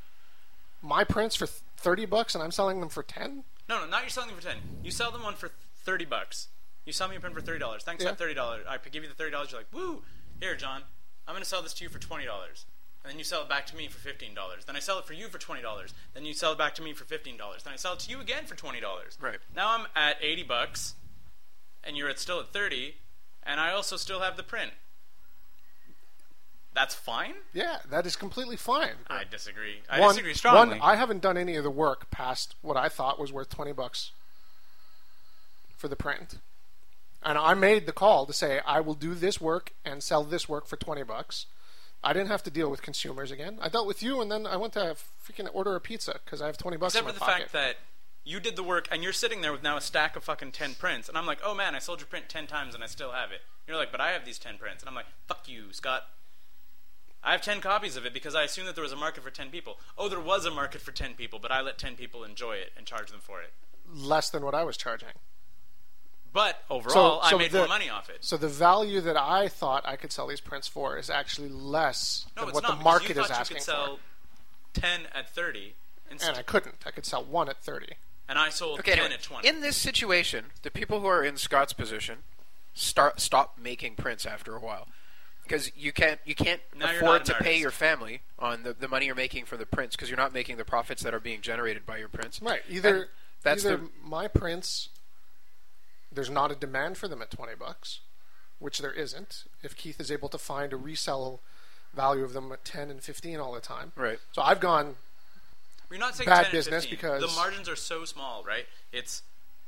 Speaker 3: my prints for th- thirty bucks and I'm selling them for ten,
Speaker 1: no, no, not you're selling them for ten. You sell them one for thirty bucks. You sell me a print for thirty dollars. Thanks
Speaker 3: Yeah.
Speaker 1: for thirty dollars. I give you the thirty dollars. You're like, woo, here, John. I'm gonna sell this to you for twenty dollars. And then you sell it back to me for fifteen dollars. Then I sell it for you for twenty dollars. Then you sell it back to me for fifteen dollars. Then I sell it to you again for twenty dollars.
Speaker 2: Right.
Speaker 1: Now I'm at eighty bucks, and you're at still at thirty, and I also still have the print. That's fine.
Speaker 3: yeah, that is completely fine.
Speaker 1: I disagree. I
Speaker 3: one,
Speaker 1: disagree strongly.
Speaker 3: One, I haven't done any of the work past what I thought was worth twenty bucks for the print, and I made the call to say I will do this work and sell this work for twenty bucks. I didn't have to deal with consumers again. I dealt with you, and then I went to freaking order a pizza because I have twenty bucks
Speaker 1: Except
Speaker 3: in
Speaker 1: for
Speaker 3: my
Speaker 1: the
Speaker 3: pocket.
Speaker 1: fact that you did the work and you're sitting there with now a stack of fucking 10 prints. And I'm like, oh man, I sold your print 10 times and I still have it. You're like, but I have these 10 prints. And I'm like, fuck you, Scott. I have 10 copies of it because I assumed that there was a market for 10 people. Oh, there was a market for 10 people, but I let 10 people enjoy it and charge them for it.
Speaker 3: less than what I was charging.
Speaker 1: But overall, I
Speaker 3: so
Speaker 1: made
Speaker 3: the-
Speaker 1: more money off it.
Speaker 3: So the value that I thought I could sell these prints for is actually less
Speaker 1: no,
Speaker 3: than
Speaker 1: it's
Speaker 3: what
Speaker 1: not
Speaker 3: the
Speaker 1: because
Speaker 3: market
Speaker 1: you
Speaker 3: is
Speaker 1: thought
Speaker 3: asking
Speaker 1: you could sell
Speaker 3: for.
Speaker 1: 10 at 30 instead, and,
Speaker 3: And I couldn't. I could sell one at thirty.
Speaker 1: I sold
Speaker 2: Okay,
Speaker 1: 10
Speaker 2: anyway,
Speaker 1: at 20.
Speaker 2: in this situation, the people who are in Scott's position start stop making prints after a while because you can't you can't
Speaker 1: Now you're not
Speaker 2: afford
Speaker 1: an
Speaker 2: to pay
Speaker 1: artist.
Speaker 2: your family on the, the money you're making from the prints because you're not making the profits that are being generated by your prints.
Speaker 3: Right.
Speaker 2: And
Speaker 3: Either
Speaker 2: that's
Speaker 3: either
Speaker 2: the
Speaker 3: my prints there's not a demand for them at twenty bucks, which there isn't, if Keith is able to find a resell value of them at ten and fifteen all the time.
Speaker 2: Right.
Speaker 3: So I've gone
Speaker 1: You're not saying
Speaker 3: bad
Speaker 1: 10 and
Speaker 3: business
Speaker 1: 15.
Speaker 3: because-
Speaker 1: the margins are so small, right? It's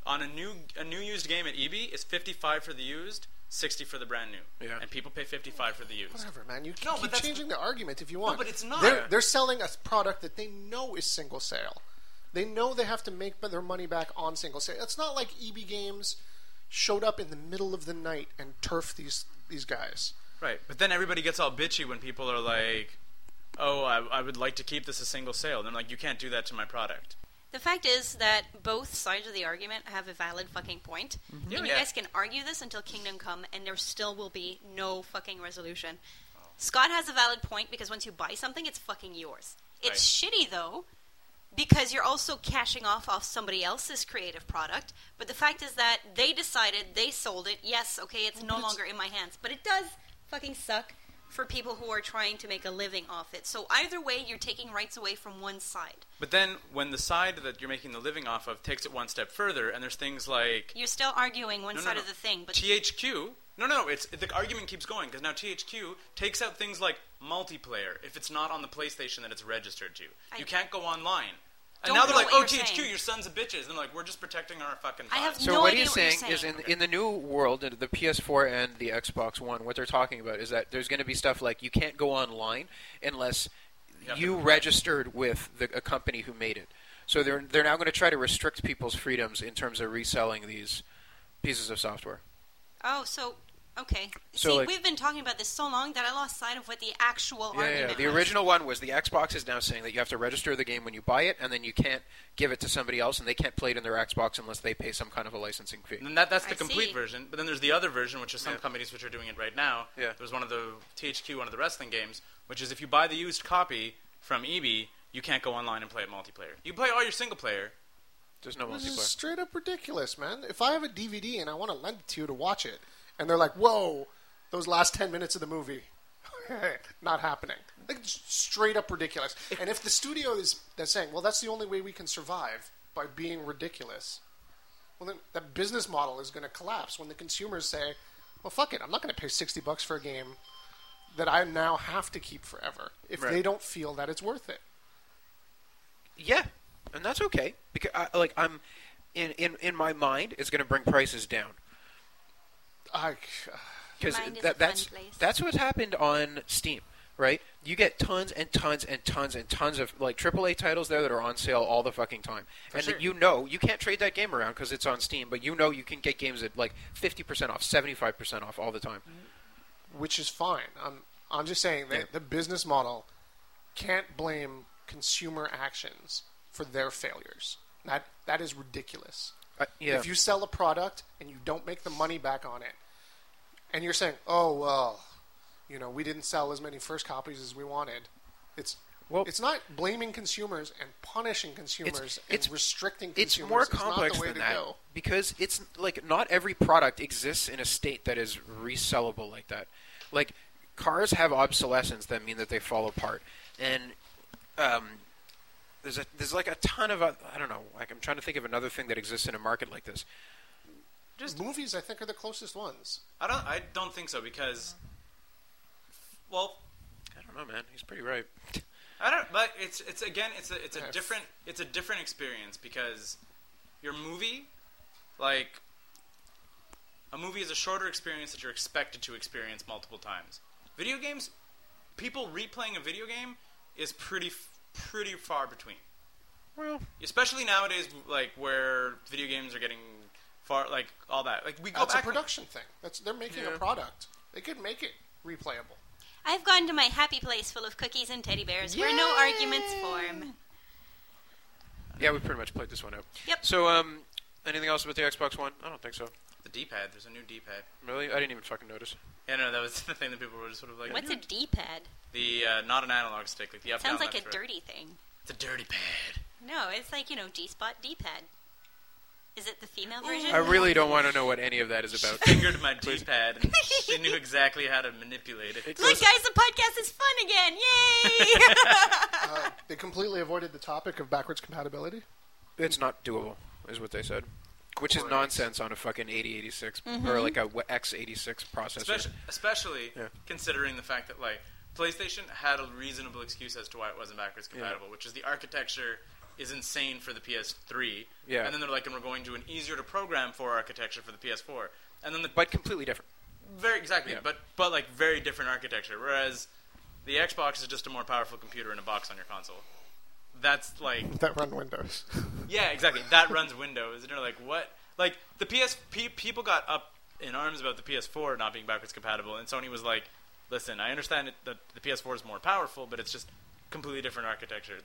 Speaker 1: on a new a new used game at EB. It's 55 for the used, 60 for the brand new,
Speaker 2: Yeah.
Speaker 1: and people pay 55 for the used.
Speaker 3: Whatever, man. You can
Speaker 1: No, but
Speaker 3: keep
Speaker 1: that's-
Speaker 3: changing the argument if you want.
Speaker 1: but it's not.
Speaker 3: They're, they're selling a product that they know is single sale. They know they have to make their money back on single sale. It's not like EB Games showed up in the middle of the night and turfed these these guys.
Speaker 1: Right, but then everybody gets all bitchy when people are like, "Oh, I, I would like to keep this a single sale," and I'm like, "You can't do that to my product."
Speaker 4: The fact is that both sides of the argument have a valid fucking point. And you
Speaker 1: Yeah.
Speaker 4: guys can argue this until Kingdom Come, and there still will be no fucking resolution. Scott has a valid point because once you buy something, it's fucking yours. It's shitty, though, because you're also cashing off off somebody else's creative product. But the fact is that they decided, they sold it. Yes, okay, it's no longer in my hands. But it does fucking suck for people who are trying to make a living off it. So either way, you're taking rights away from one side.
Speaker 1: But then when the side that you're making the living off of takes it one step further, and there's things like
Speaker 4: You're still arguing one
Speaker 1: No, no,
Speaker 4: side
Speaker 1: no.
Speaker 4: of the thing, but
Speaker 1: THQ. No, no, it's the argument keeps going because now THQ takes out things like multiplayer if it's not on the PlayStation that it's registered to.
Speaker 4: I-
Speaker 1: you can't go online. And
Speaker 4: Don't
Speaker 1: now they're
Speaker 4: know
Speaker 1: like,
Speaker 4: what
Speaker 1: "Oh,
Speaker 4: you're
Speaker 1: THQ,
Speaker 4: saying.
Speaker 1: your sons of bitches," and they're like, "We're just protecting our fucking."
Speaker 4: I have
Speaker 1: lives."
Speaker 2: So
Speaker 4: no
Speaker 2: what
Speaker 4: idea
Speaker 2: he's
Speaker 4: what you're
Speaker 2: saying is
Speaker 4: saying.
Speaker 2: in in the new world, in the PS4 and the Xbox One, what they're talking about is that there's going to be stuff like you can't go online unless
Speaker 1: have to
Speaker 2: you registered with the, a company who made it. So they're they're now going to try to restrict people's freedoms in terms of reselling these pieces of software.
Speaker 4: oh, so okay.
Speaker 2: So,
Speaker 4: See,
Speaker 2: like-
Speaker 4: we've been talking about this so long that I lost sight of what the actual
Speaker 2: Yeah, yeah,
Speaker 4: argument.
Speaker 2: yeah. The
Speaker 4: was.
Speaker 2: original one was the Xbox is now saying that you have to register the game when you buy it, and then you can't give it to somebody else, and they can't play it in their Xbox unless they pay some kind of a licensing fee.
Speaker 1: And that, that's the
Speaker 4: I
Speaker 1: complete
Speaker 4: see.
Speaker 1: version. But then there's the other version, which is some
Speaker 2: Yeah.
Speaker 1: companies which are doing it right now.
Speaker 2: Yeah.
Speaker 1: There's one of the THQ, one of the wrestling games, which is if you buy the used copy from EB, you can't go online and play it multiplayer. You can play all your single player.
Speaker 2: There's no
Speaker 3: This is
Speaker 2: multiplayer.
Speaker 3: straight up ridiculous, man. If I have a DVD and I want to lend it to you to watch it, and they're like, "Whoa, those last ten minutes of the movie." Not happening. Like it's straight up ridiculous. And if the studio is that's saying, "Well, that's the only way we can survive by being ridiculous," well, then that business model is going to collapse when the consumers say, "Well, fuck it, I'm not going to pay sixty bucks for a game that I now have to keep forever if
Speaker 2: Right.
Speaker 3: they don't feel that it's worth it."
Speaker 2: Yeah, and that's okay because I, like I'm in in in my mind, it's going to bring prices down
Speaker 3: I,
Speaker 2: because
Speaker 4: Mind is a
Speaker 2: that,
Speaker 4: fun
Speaker 2: that's
Speaker 4: place.
Speaker 2: that's what happened on Steam, right? You get tons and tons and tons and tons of like AAA titles there that are on sale all the fucking time, and that you know you can't trade that game around because it's on Steam, but you know you can get games at like fifty percent off, seventy five percent off all the time.
Speaker 3: which is fine. I'm I'm just saying that
Speaker 2: Yeah.
Speaker 3: the business model can't blame consumer actions for their failures. That that is ridiculous.
Speaker 2: Uh, yeah.
Speaker 3: If you sell a product and you don't make the money back on it, and you're saying, "Oh well, you know, we didn't sell as many first copies as we wanted," it's
Speaker 2: Well-
Speaker 3: it's not blaming consumers and punishing consumers and
Speaker 2: it's-
Speaker 3: restricting consumers.
Speaker 2: it's more
Speaker 3: It's not the
Speaker 2: complex
Speaker 3: way
Speaker 2: than
Speaker 3: to
Speaker 2: that
Speaker 3: go.
Speaker 2: because it's like not every product exists in a state that is resellable like that. Like cars have obsolescence that mean that they fall apart, and um, there's a, there's like a ton of oth- I don't know. Like I'm trying to think of another thing that exists in a market like this.
Speaker 1: Just
Speaker 3: Movies, I think, are the closest ones.
Speaker 1: I don't I don't think so because well
Speaker 2: I don't know, man. He's pretty right.
Speaker 1: I don't. But it's it's again it's a it's a
Speaker 3: Yeah.
Speaker 1: different it's a different experience because your movie, like a movie, is a shorter experience that you're expected to experience multiple times. Video games, people replaying a video game is pretty f- pretty far between
Speaker 2: Well,
Speaker 1: especially nowadays like where video games are getting far like all that like we go
Speaker 3: That's a
Speaker 1: back
Speaker 3: production thing. That's they're making
Speaker 2: Yeah.
Speaker 3: a product. They could make it replayable.
Speaker 4: I've gone to my happy place full of cookies and teddy bears where no arguments form.
Speaker 2: yeah, we pretty much played this one out.
Speaker 4: Yep.
Speaker 2: So, um, anything else about the Xbox One? I don't think so.
Speaker 1: the d-pad there's a new d-pad
Speaker 2: Really, I didn't even fucking notice.
Speaker 1: yeah no that was the thing that people were just sort of like
Speaker 4: What's a D-pad?
Speaker 1: the uh, not an analog stick like the up
Speaker 4: Sounds
Speaker 1: down,
Speaker 4: like a
Speaker 1: left, right.
Speaker 4: dirty thing.
Speaker 1: it's a dirty pad
Speaker 4: No, it's like you know G-spot D-pad. Is it the female
Speaker 2: I
Speaker 4: version?
Speaker 2: really don't want to know what any of that is about.
Speaker 1: fingered my d-pad and she knew exactly how to manipulate it
Speaker 4: Look, guys, the podcast is fun again! Yay!
Speaker 3: Uh, they completely avoided the topic of backwards compatibility.
Speaker 2: It's not doable, is what they said. Which is
Speaker 1: Correct.
Speaker 2: nonsense on a fucking 8086 or like a w- X86 processor.
Speaker 1: especially, especially
Speaker 2: Yeah.
Speaker 1: considering the fact that like PlayStation had a reasonable excuse as to why it wasn't backwards compatible, which is the architecture is insane for the PS3.
Speaker 2: Yeah.
Speaker 1: And then they're like, and we're going to an easier to program for architecture for the PS4. And then the
Speaker 2: But completely different.
Speaker 1: very exactly,
Speaker 2: Yeah.
Speaker 1: but but like very different architecture. Whereas the Xbox is just a more powerful computer in a box on your console. That's like
Speaker 3: That run Windows.
Speaker 1: yeah, exactly. That runs Windows, and you're like, what? Like the PS pe- people got up in arms about the PS4 not being backwards compatible, and Sony was like, listen, I understand it, that the PS4 is more powerful, but it's just completely different architecture.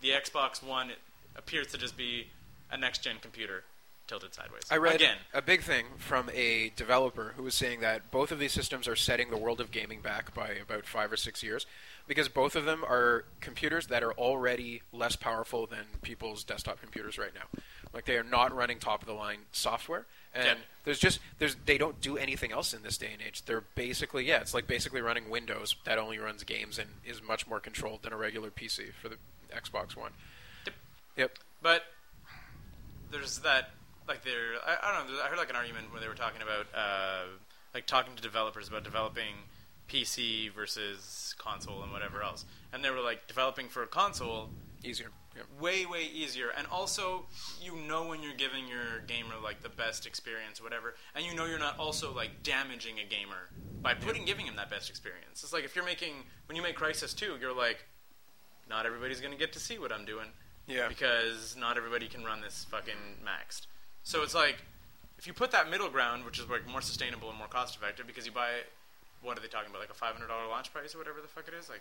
Speaker 1: The Xbox One it appears to just be a next gen computer tilted sideways.
Speaker 2: I read
Speaker 1: again.
Speaker 2: a big thing from a developer who was saying that both of these systems are setting the world of gaming back by about five or six years because both of them are computers that are already less powerful than people's desktop computers right now. Like they are not running top of the line software, and
Speaker 1: Yeah.
Speaker 2: there's just there's they don't do anything else in this day and age. They're basically yeah, it's like basically running Windows that only runs games and is much more controlled than a regular PC for the Xbox One.
Speaker 1: Yep.
Speaker 2: Yep.
Speaker 1: But there's that, like, there. I, I don't know. I heard like an argument where they were talking about, uh, like, talking to developers about developing PC versus console and whatever else. And they were like, developing for a console,
Speaker 2: Easier. Yep.
Speaker 1: way way easier. And also, you know when you're giving your gamer like the best experience, whatever, and you know you're not also like damaging a gamer by putting giving him that best experience. It's like if you're making when you make Crisis Two, you're like, not everybody's gonna get to see what I'm doing
Speaker 2: Yeah.
Speaker 1: because not everybody can run this fucking maxed. So it's like if you put that middle ground, which is like more sustainable and more cost effective, because you buy what are they talking about, like a five hundred dollar launch price or whatever the fuck it is, like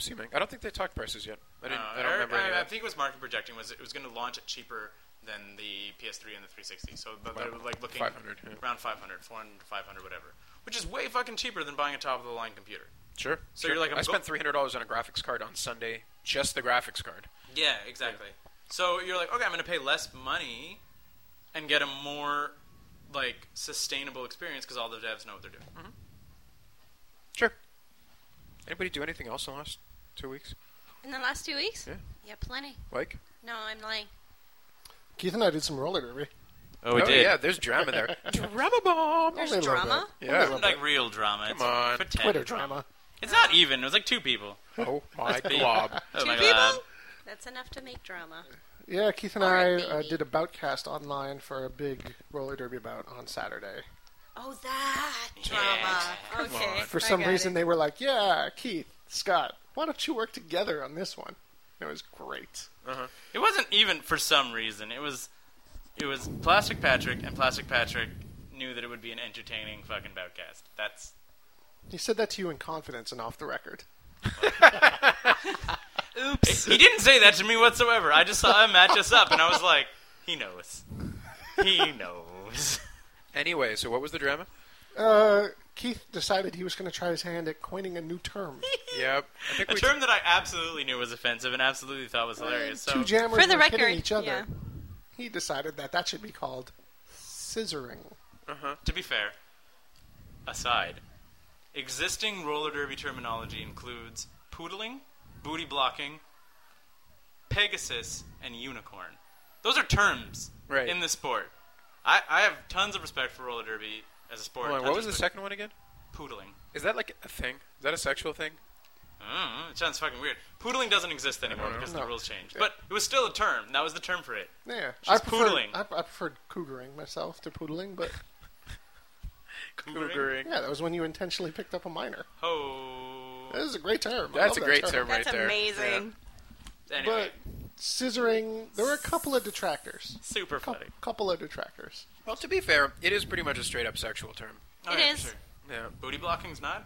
Speaker 2: Assuming. I don't think they talked prices yet. I didn't.
Speaker 1: uh,
Speaker 2: I don't remember.
Speaker 1: I,
Speaker 2: any of
Speaker 1: I
Speaker 2: that.
Speaker 1: think it was market projecting was it was going to launch it cheaper than the PS3 and the 360. So th- they
Speaker 2: Wow.
Speaker 1: were like looking
Speaker 2: 500, yeah.
Speaker 1: around 500, 400, 500, whatever, which is way fucking cheaper than buying a top of the line computer.
Speaker 2: Sure.
Speaker 1: So
Speaker 2: sure.
Speaker 1: you're like, I'm
Speaker 2: I spent
Speaker 1: go-
Speaker 2: three hundred dollars on a graphics card on Sunday, just the graphics card.
Speaker 1: Yeah, exactly. So you're like, okay, I'm going to pay less money and get a more like sustainable experience because all the devs know what they're doing.
Speaker 2: Mm-hmm. Sure. Anybody do anything else in the last two weeks?
Speaker 5: In the last two weeks?
Speaker 2: Yeah.
Speaker 5: Yeah, plenty.
Speaker 2: Like?
Speaker 5: No, I'm lying.
Speaker 3: Keith and I did some roller derby.
Speaker 1: Oh,
Speaker 2: oh yeah, there's drama there. drama bomb.
Speaker 5: There's
Speaker 3: Only a little
Speaker 5: drama?
Speaker 3: bit.
Speaker 2: Yeah.
Speaker 3: Only a little
Speaker 1: Like real drama. It's
Speaker 2: Come on.
Speaker 1: for 10.
Speaker 3: Twitter drama.
Speaker 1: It's not even. It was like two people.
Speaker 2: Oh my
Speaker 1: big.
Speaker 2: glob.
Speaker 1: Oh
Speaker 5: Two
Speaker 1: my
Speaker 5: people?
Speaker 1: God.
Speaker 5: That's enough to make drama.
Speaker 3: Yeah, Keith and
Speaker 5: All
Speaker 3: I
Speaker 5: right,
Speaker 3: uh,
Speaker 5: baby.
Speaker 3: did a boutcast online for a big roller derby bout on Saturday.
Speaker 5: Oh, that drama. okay.
Speaker 2: on.
Speaker 3: For
Speaker 5: I
Speaker 3: some
Speaker 5: got
Speaker 3: reason,
Speaker 5: it.
Speaker 3: they were like, "Yeah, Keith, Scott, why don't you work together on this one?" It was great.
Speaker 1: It wasn't even for some reason. It was, it was Plastic Patrick, and Plastic Patrick knew that it would be an entertaining fucking podcast. That's
Speaker 3: He said that to you in confidence and off the record.
Speaker 4: Oops.
Speaker 1: He didn't say that to me whatsoever. I just saw him match us up, and I was like, he knows. He knows.
Speaker 2: Anyway, so what was the drama?
Speaker 3: Uh, Keith decided he was going to try his hand at coining a new term.
Speaker 2: Yep. I think
Speaker 1: A
Speaker 2: we
Speaker 1: term that I absolutely knew was offensive and absolutely thought was hilarious. So
Speaker 3: Two jammers
Speaker 4: For the
Speaker 3: were hitting
Speaker 4: record,
Speaker 3: each other.
Speaker 4: yeah.
Speaker 3: He decided that that should be called scissoring.
Speaker 1: To be fair, aside, existing roller derby terminology includes poodling, booty blocking, Pegasus, and unicorn. Those are terms
Speaker 2: Right.
Speaker 1: in the sport. I, I have tons of respect for roller derby as a sport.
Speaker 2: Hold on,
Speaker 1: tons
Speaker 2: what was
Speaker 1: of
Speaker 2: the second one again?
Speaker 1: Poodling.
Speaker 2: Is that like a thing? Is that a sexual thing?
Speaker 1: I don't know, Mm, it sounds fucking weird. Poodling doesn't exist anymore because the
Speaker 3: No.
Speaker 1: rules changed.
Speaker 3: Yeah.
Speaker 1: But it was still a term. That was the term for it.
Speaker 3: Yeah,
Speaker 1: She's
Speaker 3: I preferred,
Speaker 1: poodling.
Speaker 3: I, I preferred cougering myself to poodling, but
Speaker 1: Cougering.
Speaker 3: yeah, that was when you intentionally picked up a minor.
Speaker 1: Ho.
Speaker 3: That is a great term. I
Speaker 2: That's a
Speaker 3: love that
Speaker 2: great term right
Speaker 4: That's
Speaker 2: there.
Speaker 4: amazing.
Speaker 1: Anyway,
Speaker 3: But scissoring, there were a couple of detractors.
Speaker 1: super
Speaker 3: Cou-
Speaker 1: funny.
Speaker 3: couple of detractors.
Speaker 2: Well, to be fair, it is pretty much a straight up sexual term.
Speaker 1: All
Speaker 4: It is.
Speaker 1: Oh, sure.
Speaker 2: Yeah.
Speaker 1: Booty blocking's not?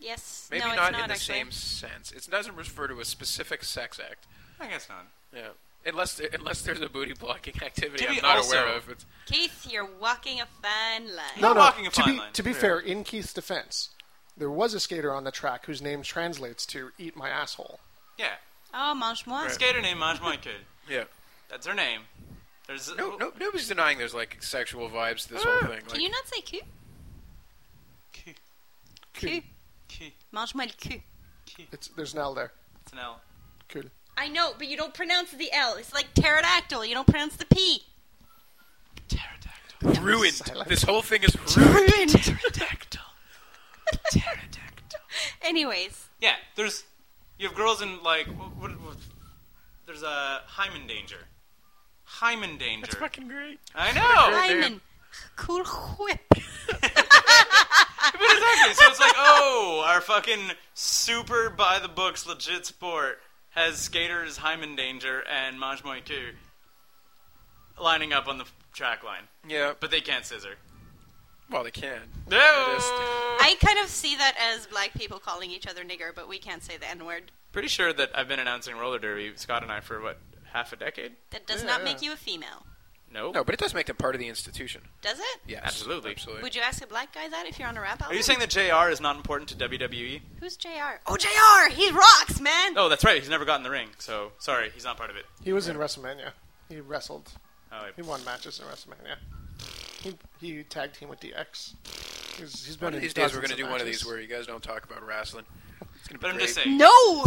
Speaker 4: Yes.
Speaker 2: Maybe not,
Speaker 4: no, it's not
Speaker 2: in the
Speaker 4: actually.
Speaker 2: same sense. It doesn't refer to a specific sex act.
Speaker 1: I guess not.
Speaker 2: Yeah. Unless unless there's a booty blocking activity
Speaker 1: To be
Speaker 2: I'm not
Speaker 1: also-
Speaker 2: aware of. It's,
Speaker 4: Keith, you're walking a fine line.
Speaker 3: No, no.
Speaker 1: walking a
Speaker 3: to
Speaker 1: fine
Speaker 3: be,
Speaker 1: line.
Speaker 3: to be fair, in Keith's defense, there was a skater on the track whose name translates to "eat my asshole."
Speaker 1: Yeah.
Speaker 4: Oh, mange moi.
Speaker 1: Skater named Maj Moikud.
Speaker 2: yeah.
Speaker 1: That's her name. There's oh,
Speaker 2: No, no, nobody's denying there's like sexual vibes to this
Speaker 1: Ah,
Speaker 2: whole thing. Like,
Speaker 4: Can you not say cul?
Speaker 1: Ki-
Speaker 4: Cul.
Speaker 1: ki-
Speaker 4: Mange moi le cul.
Speaker 1: ki-
Speaker 3: It's there's an L there.
Speaker 1: It's an L.
Speaker 3: Cool.
Speaker 4: I know, but you don't pronounce the L. It's like pterodactyl. You don't pronounce the P.
Speaker 1: Pterodactyl.
Speaker 2: ruined.
Speaker 3: Silence.
Speaker 2: This whole thing is ruined.
Speaker 1: Pterodactyl. Pterodactyl.
Speaker 4: Anyways,
Speaker 1: Yeah, there's. You have girls in, like. What, what, what, there's a hymen danger. Hymen danger.
Speaker 2: It's fucking great.
Speaker 1: I know!
Speaker 2: Right there.
Speaker 4: Hyman. Cool whip.
Speaker 1: but exactly. So it's like, oh, our fucking super by the books legit sport has skaters hymen danger and Maj Moiku lining up on the track line.
Speaker 2: Yeah. But
Speaker 1: But they can't scissor.
Speaker 2: well, they can.
Speaker 1: No!
Speaker 4: I kind of see that as black people calling each other nigger, but we can't say the N word.
Speaker 1: Pretty sure that I've been announcing roller derby, Scott and I, for what, half a decade?
Speaker 4: That does
Speaker 3: Yeah,
Speaker 4: not
Speaker 3: yeah.
Speaker 4: make you a female,
Speaker 1: No.
Speaker 2: No, but it does make them part of the institution.
Speaker 4: does it?
Speaker 2: Yes.
Speaker 1: Absolutely.
Speaker 2: Absolutely.
Speaker 4: Would you ask a black guy that if you're on a rap album?
Speaker 1: Are you saying that JR is not important to WWE?
Speaker 4: Who's JR? Oh, JR! He rocks, man!
Speaker 1: Oh, that's right. He's never got in the ring, so sorry, he's not part of it.
Speaker 3: He was in WrestleMania. He wrestled.
Speaker 1: Oh,
Speaker 3: He
Speaker 1: wait.
Speaker 3: won matches in WrestleMania. He, he tag team with DX. He's, he's been
Speaker 2: One of
Speaker 3: in
Speaker 2: these days, we're
Speaker 3: dozens
Speaker 2: going to
Speaker 3: of
Speaker 2: do one of
Speaker 3: matches.
Speaker 2: these where you guys don't talk about wrestling. It's gonna be
Speaker 1: But I'm
Speaker 2: great.
Speaker 1: just saying.
Speaker 4: No!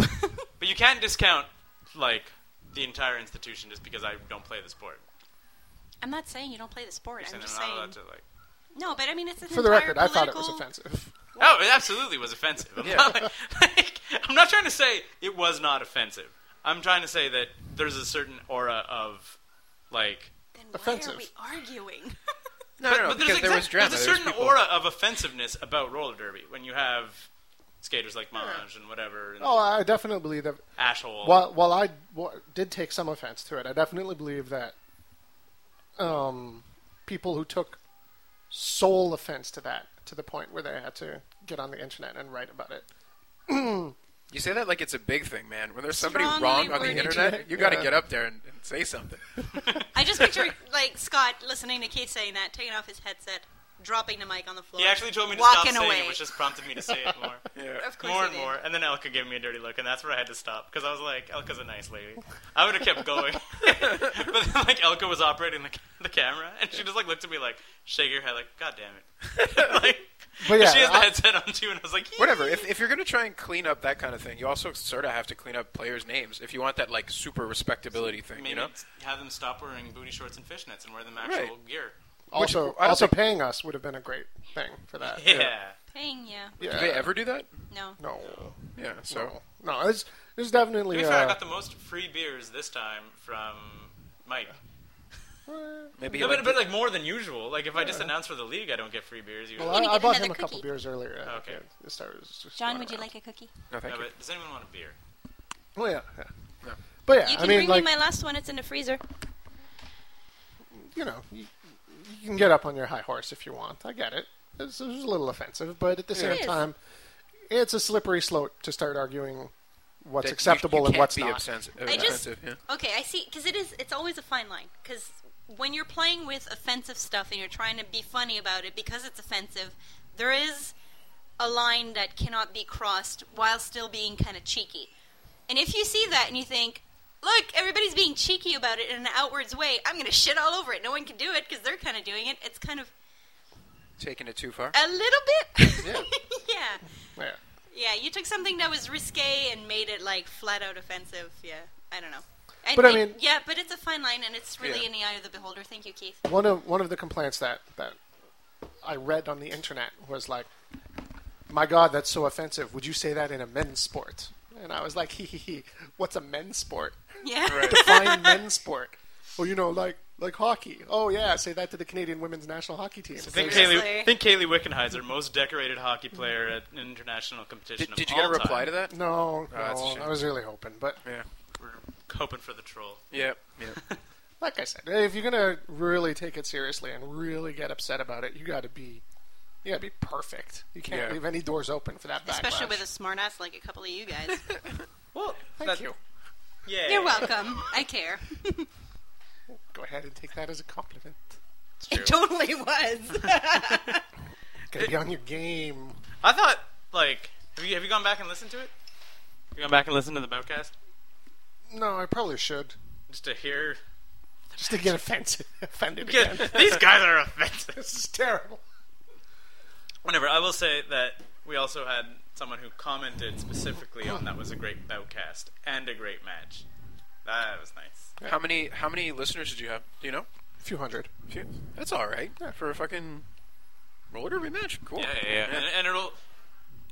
Speaker 1: But you can't discount like the entire institution just because I don't play the sport.
Speaker 4: I'm not saying you don't play the sport. I'm
Speaker 1: And
Speaker 4: just
Speaker 1: they're not
Speaker 4: saying.
Speaker 1: allowed to like.
Speaker 4: No, but I mean, it's an
Speaker 3: For the
Speaker 4: entire
Speaker 3: record, I thought it was
Speaker 4: political-
Speaker 3: offensive.
Speaker 1: Oh, it absolutely was offensive. I'm,
Speaker 2: Yeah.
Speaker 1: not, like, I'm not trying to say it was not offensive. I'm trying to say that there's a certain aura of like.
Speaker 4: Then
Speaker 3: Offensive.
Speaker 4: why are we arguing?
Speaker 2: No, no, no,
Speaker 1: but there's,
Speaker 2: because
Speaker 1: exact-
Speaker 2: there was drama.
Speaker 1: there's a
Speaker 2: there was
Speaker 1: certain
Speaker 2: people-
Speaker 1: aura of offensiveness about roller derby when you have skaters like Maj and whatever and
Speaker 3: Oh, I definitely believe that.
Speaker 1: Ashhole.
Speaker 3: While, while I wa- did take some offense to it, I definitely believe that um, people who took sole offense to that to the point where they had to get on the internet and write about it.
Speaker 2: You say that like it's a big thing, man. When there's somebody
Speaker 4: Strongly
Speaker 2: wrong on the
Speaker 4: worded.
Speaker 2: internet, you got to
Speaker 3: Yeah.
Speaker 2: get up there and, and say something.
Speaker 4: I just picture like Scott listening to Keith saying that, taking off his headset, dropping the mic on the floor.
Speaker 1: He actually told me to stop
Speaker 4: walking
Speaker 1: saying
Speaker 4: away.
Speaker 1: it, which just prompted me to say it more.
Speaker 2: Yeah.
Speaker 4: of course
Speaker 1: More
Speaker 4: he
Speaker 1: and
Speaker 4: did.
Speaker 1: more, and then Elka gave me a dirty look, and that's where I had to stop because I was like, "Elka's a nice lady." I would have kept going, but then like Elka was operating the, ca- the camera, and she just like looked at me like, shake her head like, "God damn it!" like,
Speaker 3: But yeah,
Speaker 1: she has the
Speaker 3: I-
Speaker 1: headset on too, and I was like,
Speaker 2: Whatever. If, if you're going to try and clean up that kind of thing, you also sort of have to clean up players' names if you want that like super respectability thing.
Speaker 1: Maybe
Speaker 2: you know,
Speaker 1: have them stop wearing booty shorts and fishnets and wear them actual
Speaker 2: Right.
Speaker 1: gear.
Speaker 2: Which-
Speaker 3: Also,
Speaker 2: I don't
Speaker 3: also
Speaker 2: think-
Speaker 3: paying us would have been a great thing for that.
Speaker 1: Yeah,
Speaker 4: Paying yeah.
Speaker 3: Yeah.
Speaker 2: do they ever do that?
Speaker 4: No.
Speaker 3: No.
Speaker 2: Yeah. So.
Speaker 3: No. No. It's, it's definitely.
Speaker 1: to be fair, I
Speaker 3: uh,
Speaker 1: got the most free beers this time from Mike.
Speaker 2: Maybe
Speaker 1: No,
Speaker 2: like,
Speaker 1: but, but like more than usual. Like if I just announce for the league, I don't get free beers usually.
Speaker 3: Well,
Speaker 4: Can you
Speaker 3: I, I
Speaker 4: get
Speaker 3: bought
Speaker 4: another
Speaker 3: him a couple
Speaker 4: cookie?
Speaker 3: beers earlier. I
Speaker 1: Okay.
Speaker 3: think it- This started- was just
Speaker 4: John,
Speaker 3: going
Speaker 4: would you
Speaker 3: around.
Speaker 4: like a cookie?
Speaker 2: no, thank
Speaker 1: No,
Speaker 2: you.
Speaker 1: but does anyone want a beer?
Speaker 3: Well, yeah. yeah.
Speaker 2: No.
Speaker 3: But yeah,
Speaker 4: You
Speaker 3: I
Speaker 4: can
Speaker 3: mean,
Speaker 4: bring
Speaker 3: like
Speaker 4: me my last one. It's in the freezer.
Speaker 3: you know, you, you can get up on your high horse if you want. I get it. This is a little offensive, but at the same
Speaker 4: It is.
Speaker 3: time, it's a slippery slope to start arguing what's
Speaker 2: That you-
Speaker 3: acceptable
Speaker 2: you
Speaker 3: and
Speaker 2: can't
Speaker 3: what's
Speaker 2: be
Speaker 3: not.
Speaker 2: offensive-
Speaker 4: I just
Speaker 2: offensive, yeah.
Speaker 4: okay. I see because it is. It's always a fine line because when you're playing with offensive stuff and you're trying to be funny about it because it's offensive, there is a line that cannot be crossed while still being kind of cheeky. And if you see that and you think, look, everybody's being cheeky about it in an outwards way, I'm gonna shit all over it. No one can do it because they're kind of doing it. It's kind of
Speaker 2: Taking it too far.
Speaker 4: a little bit.
Speaker 3: Yeah.
Speaker 4: yeah.
Speaker 3: Yeah.
Speaker 4: Yeah, you took something that was risque and made it like flat out offensive. Yeah, I don't know. I
Speaker 3: But I
Speaker 4: think-
Speaker 3: mean-
Speaker 4: yeah, but it's a fine line, and it's really
Speaker 2: Yeah.
Speaker 4: in the eye of the beholder. Thank you, Keith.
Speaker 3: One of one of the complaints that that I read on the internet was like, "My God, that's so offensive. Would you say that in a men's sport?" And I was like, "Hee hee hee. What's a men's sport?
Speaker 4: Yeah,
Speaker 3: Define men's sport. Well, you know, like like hockey. Oh yeah, say that to the Canadian women's national hockey team.
Speaker 1: Think Kaylee, think Kaylee Wickenheiser, most decorated hockey player at an international competition.
Speaker 2: Did,
Speaker 1: of
Speaker 2: did you get a
Speaker 1: all
Speaker 2: reply
Speaker 1: time.
Speaker 2: to that?
Speaker 3: No,
Speaker 2: Oh, that's a
Speaker 3: no,
Speaker 2: shame.
Speaker 3: I was really hoping, but
Speaker 2: Yeah.
Speaker 1: We're hoping for the troll.
Speaker 2: Yeah. Yeah.
Speaker 3: like I said, if you're gonna really take it seriously and really get upset about it, you got to be, you got to be perfect. You can't
Speaker 2: Yeah.
Speaker 3: leave any doors open for that backlash.
Speaker 4: especially with a smart ass like a couple of you guys.
Speaker 1: Well,
Speaker 3: Thank you.
Speaker 1: Yeah.
Speaker 4: You're welcome. I care.
Speaker 3: Go ahead and take that as a compliment.
Speaker 4: It totally was.
Speaker 3: Gotta be on your game.
Speaker 1: I thought, like, have you, have you gone back and listened to it? You gone back and listened to the podcast
Speaker 3: No, I probably should.
Speaker 1: just to hear?
Speaker 3: Just to get offended, offended
Speaker 1: Yeah,
Speaker 3: again.
Speaker 1: these guys are offensive.
Speaker 3: this is terrible.
Speaker 1: Whatever. I will say that we also had someone who commented specifically on that was a great bowcast and a great match. That was nice.
Speaker 2: How many How many listeners did you have? Do you know?
Speaker 3: A few hundred.
Speaker 2: Few. That's all right for a fucking roller derby match. Cool.
Speaker 1: Yeah, yeah, yeah. And, and it'll.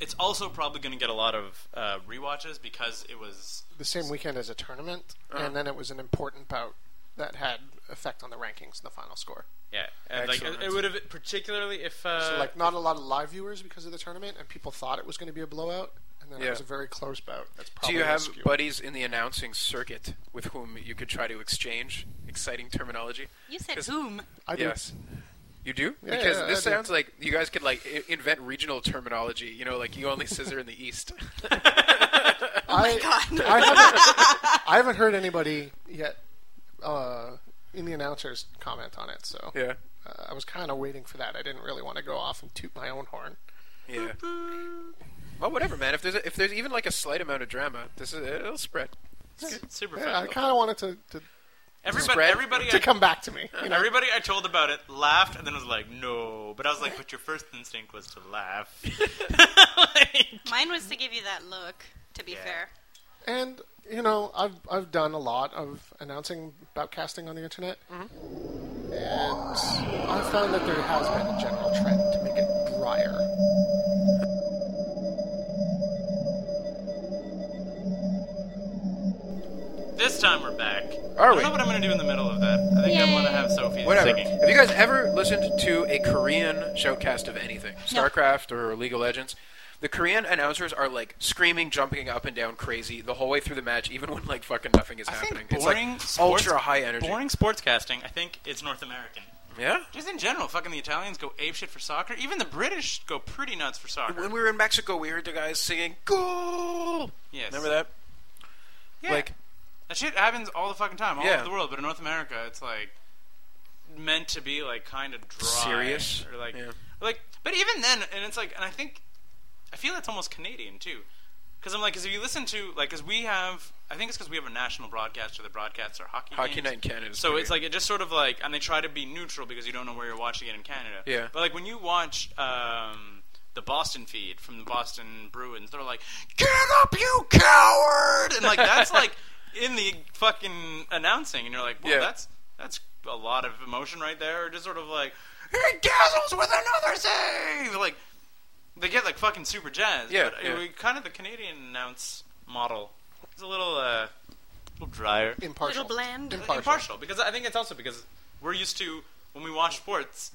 Speaker 1: It's also probably going to get a lot of uh, rewatches because it was
Speaker 3: The same weekend as a tournament,
Speaker 2: Uh-huh.
Speaker 3: and then it was an important bout that had effect on the rankings and the final score.
Speaker 1: yeah. And like it,
Speaker 2: Excellent.
Speaker 1: it would have particularly if uh,
Speaker 3: So like not a lot of live viewers because of the tournament, and people thought it was going to be a blowout, and then
Speaker 2: Yeah.
Speaker 3: it was a very close bout. That's
Speaker 2: Do
Speaker 3: probably
Speaker 2: you
Speaker 3: a
Speaker 2: have
Speaker 3: skew.
Speaker 2: buddies in the announcing circuit with whom you could try to exchange exciting terminology?
Speaker 4: You said
Speaker 2: 'Cause-
Speaker 4: whom?
Speaker 3: I do.
Speaker 2: Yes. You do?
Speaker 3: Yeah,
Speaker 2: because
Speaker 3: yeah,
Speaker 2: this
Speaker 3: I do.
Speaker 2: sounds like you guys could like I- invent regional terminology. You know, like you only scissor in the east.
Speaker 3: I, I, haven't, I haven't heard anybody yet uh, in the announcers comment on it, so
Speaker 2: yeah.
Speaker 3: uh, I was kind of waiting for that. I didn't really want to go off and toot my own horn.
Speaker 2: Yeah. Well, whatever, man. If there's a, if there's even like a slight amount of drama, this is it'll spread.
Speaker 1: super
Speaker 3: Yeah, I
Speaker 1: fun.
Speaker 3: kind of wanted to, to,
Speaker 1: Everybody,
Speaker 2: spread
Speaker 1: everybody,
Speaker 3: to
Speaker 1: I-
Speaker 3: come back to me. You know?
Speaker 1: Everybody I told about it laughed and then was like, no. But I was like, but your first instinct was to laugh. Like-
Speaker 4: Mine was to give you that look. To be
Speaker 1: Yeah.
Speaker 4: fair,
Speaker 3: And you know, I've I've done a lot of announcing broadcasting on the internet, and I found that there has been a general trend to make it drier.
Speaker 1: this time we're back. I
Speaker 2: Are
Speaker 1: don't
Speaker 2: we?
Speaker 1: know what I'm going to do in the middle of that. I think I
Speaker 4: Yay.
Speaker 1: want to have Sophie
Speaker 2: Whatever.
Speaker 1: singing.
Speaker 2: Have you guys ever listened to a Korean shoutcast of anything, StarCraft or League of Legends? The Korean announcers are like screaming, jumping up and down, crazy the whole way through the match, even when like fucking nothing is happening. it's
Speaker 1: boring
Speaker 2: like
Speaker 1: sports-
Speaker 2: ultra high energy.
Speaker 1: Boring sportscasting, I think it's North American.
Speaker 2: Yeah.
Speaker 1: Just in general, fucking the Italians go apeshit for soccer. Even the British go pretty nuts for soccer.
Speaker 2: When we were in Mexico, we heard the guys singing "Goal."
Speaker 1: Yes.
Speaker 2: Remember that?
Speaker 1: Yeah.
Speaker 2: Like,
Speaker 1: that shit happens all the fucking time, all
Speaker 2: Yeah.
Speaker 1: over the world. But in North America, it's like meant to be like kind of dry,
Speaker 2: Serious?
Speaker 1: or like,
Speaker 2: Yeah.
Speaker 1: or, like. But even then, and it's like, and I think, I feel that's almost Canadian too, because I'm like, because if you listen to like, because we have, I think it's because we have a national broadcaster that broadcasts our hockey.
Speaker 2: Hockey
Speaker 1: games.
Speaker 2: night in Canada is
Speaker 1: So
Speaker 2: pretty-
Speaker 1: it's like it just sort of like, and they try to be neutral because you don't know where you're watching it in Canada.
Speaker 2: Yeah.
Speaker 1: But like when you watch. um the Boston feed from the Boston Bruins. They're like, "Get up, you coward!" And like that's like in the fucking announcing, and you're like, "Well,
Speaker 2: Yeah.
Speaker 1: that's that's a lot of emotion right there." Or just sort of like, "He dazzles with another save!" Like they get like fucking super jazz.
Speaker 2: Yeah,
Speaker 1: but
Speaker 2: yeah.
Speaker 1: we kind of the Canadian announce model is a little uh, little drier,
Speaker 3: Impartial.
Speaker 4: Little bland.
Speaker 3: Impartial.
Speaker 1: impartial. Because I think it's also because we're used to when we watch sports,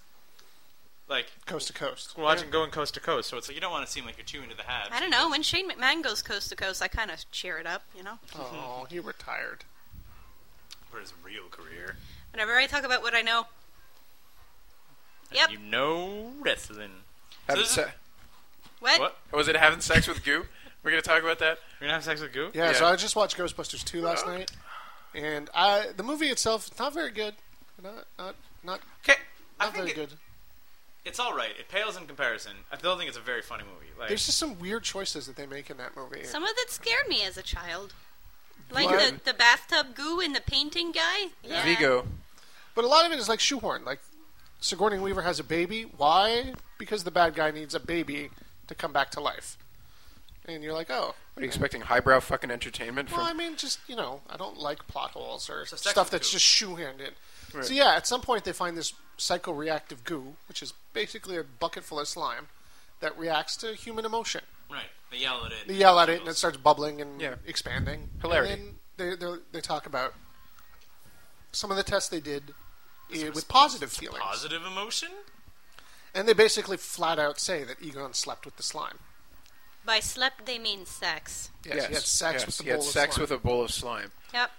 Speaker 1: like
Speaker 3: Coast to coast.
Speaker 1: we're watching going coast to coast, so it's like you don't want to seem like you're too into the hat.
Speaker 4: I don't know. When Shane McMahon goes coast to coast, I kind of cheer it up. You know.
Speaker 3: Oh, he retired.
Speaker 1: for his real career.
Speaker 4: Whenever I talk about what I know. Yep.
Speaker 1: You know wrestling.
Speaker 2: Having
Speaker 5: this is-
Speaker 2: se- oh,
Speaker 4: What?
Speaker 5: What?
Speaker 2: was it having sex with goo? We're gonna talk about that.
Speaker 5: You're gonna have sex with Goo?
Speaker 3: Yeah,
Speaker 2: Yeah.
Speaker 3: so I just watched Ghostbusters 2 last night, and I the movie itself not very good, not not not,
Speaker 5: Okay. I
Speaker 3: not
Speaker 5: think
Speaker 3: very
Speaker 5: it-
Speaker 3: good.
Speaker 5: it's all right. It pales in comparison. I still think it's a very funny movie. Like
Speaker 3: There's just some weird choices that they make in that movie.
Speaker 4: Some of that scared me as a child. Like
Speaker 3: What?
Speaker 4: the, the bathtub goo and the painting guy. Yeah.
Speaker 2: Vigo.
Speaker 3: But a lot of it is like shoehorn. Like Sigourney Weaver has a baby. Why? Because the bad guy needs a baby to come back to life. And you're like, oh.
Speaker 2: What are you expecting? Highbrow fucking entertainment
Speaker 3: Well, I
Speaker 2: from?
Speaker 3: mean, just you know, I don't like plot holes or
Speaker 5: So sex
Speaker 3: stuff
Speaker 5: with
Speaker 3: that's
Speaker 5: goo.
Speaker 3: just shoehorned in. So yeah, at some point they find this psychoreactive goo, which is basically a bucket full of slime that reacts to human emotion.
Speaker 5: right. They yell at it.
Speaker 3: They yell at it, and it starts bubbling and
Speaker 2: Yeah.
Speaker 3: expanding.
Speaker 2: Hilarity.
Speaker 3: And then they, they they talk about some of the tests they did eh, with positive feelings,
Speaker 5: Positive emotion?
Speaker 3: and they basically flat out say that Egon slept with the slime.
Speaker 4: By slept, they mean sex.
Speaker 3: Yes, he had sex
Speaker 2: yes,
Speaker 3: with the
Speaker 2: he
Speaker 3: bowl
Speaker 2: had
Speaker 3: of
Speaker 2: sex
Speaker 3: slime.
Speaker 2: with a bowl of slime.
Speaker 4: Yep.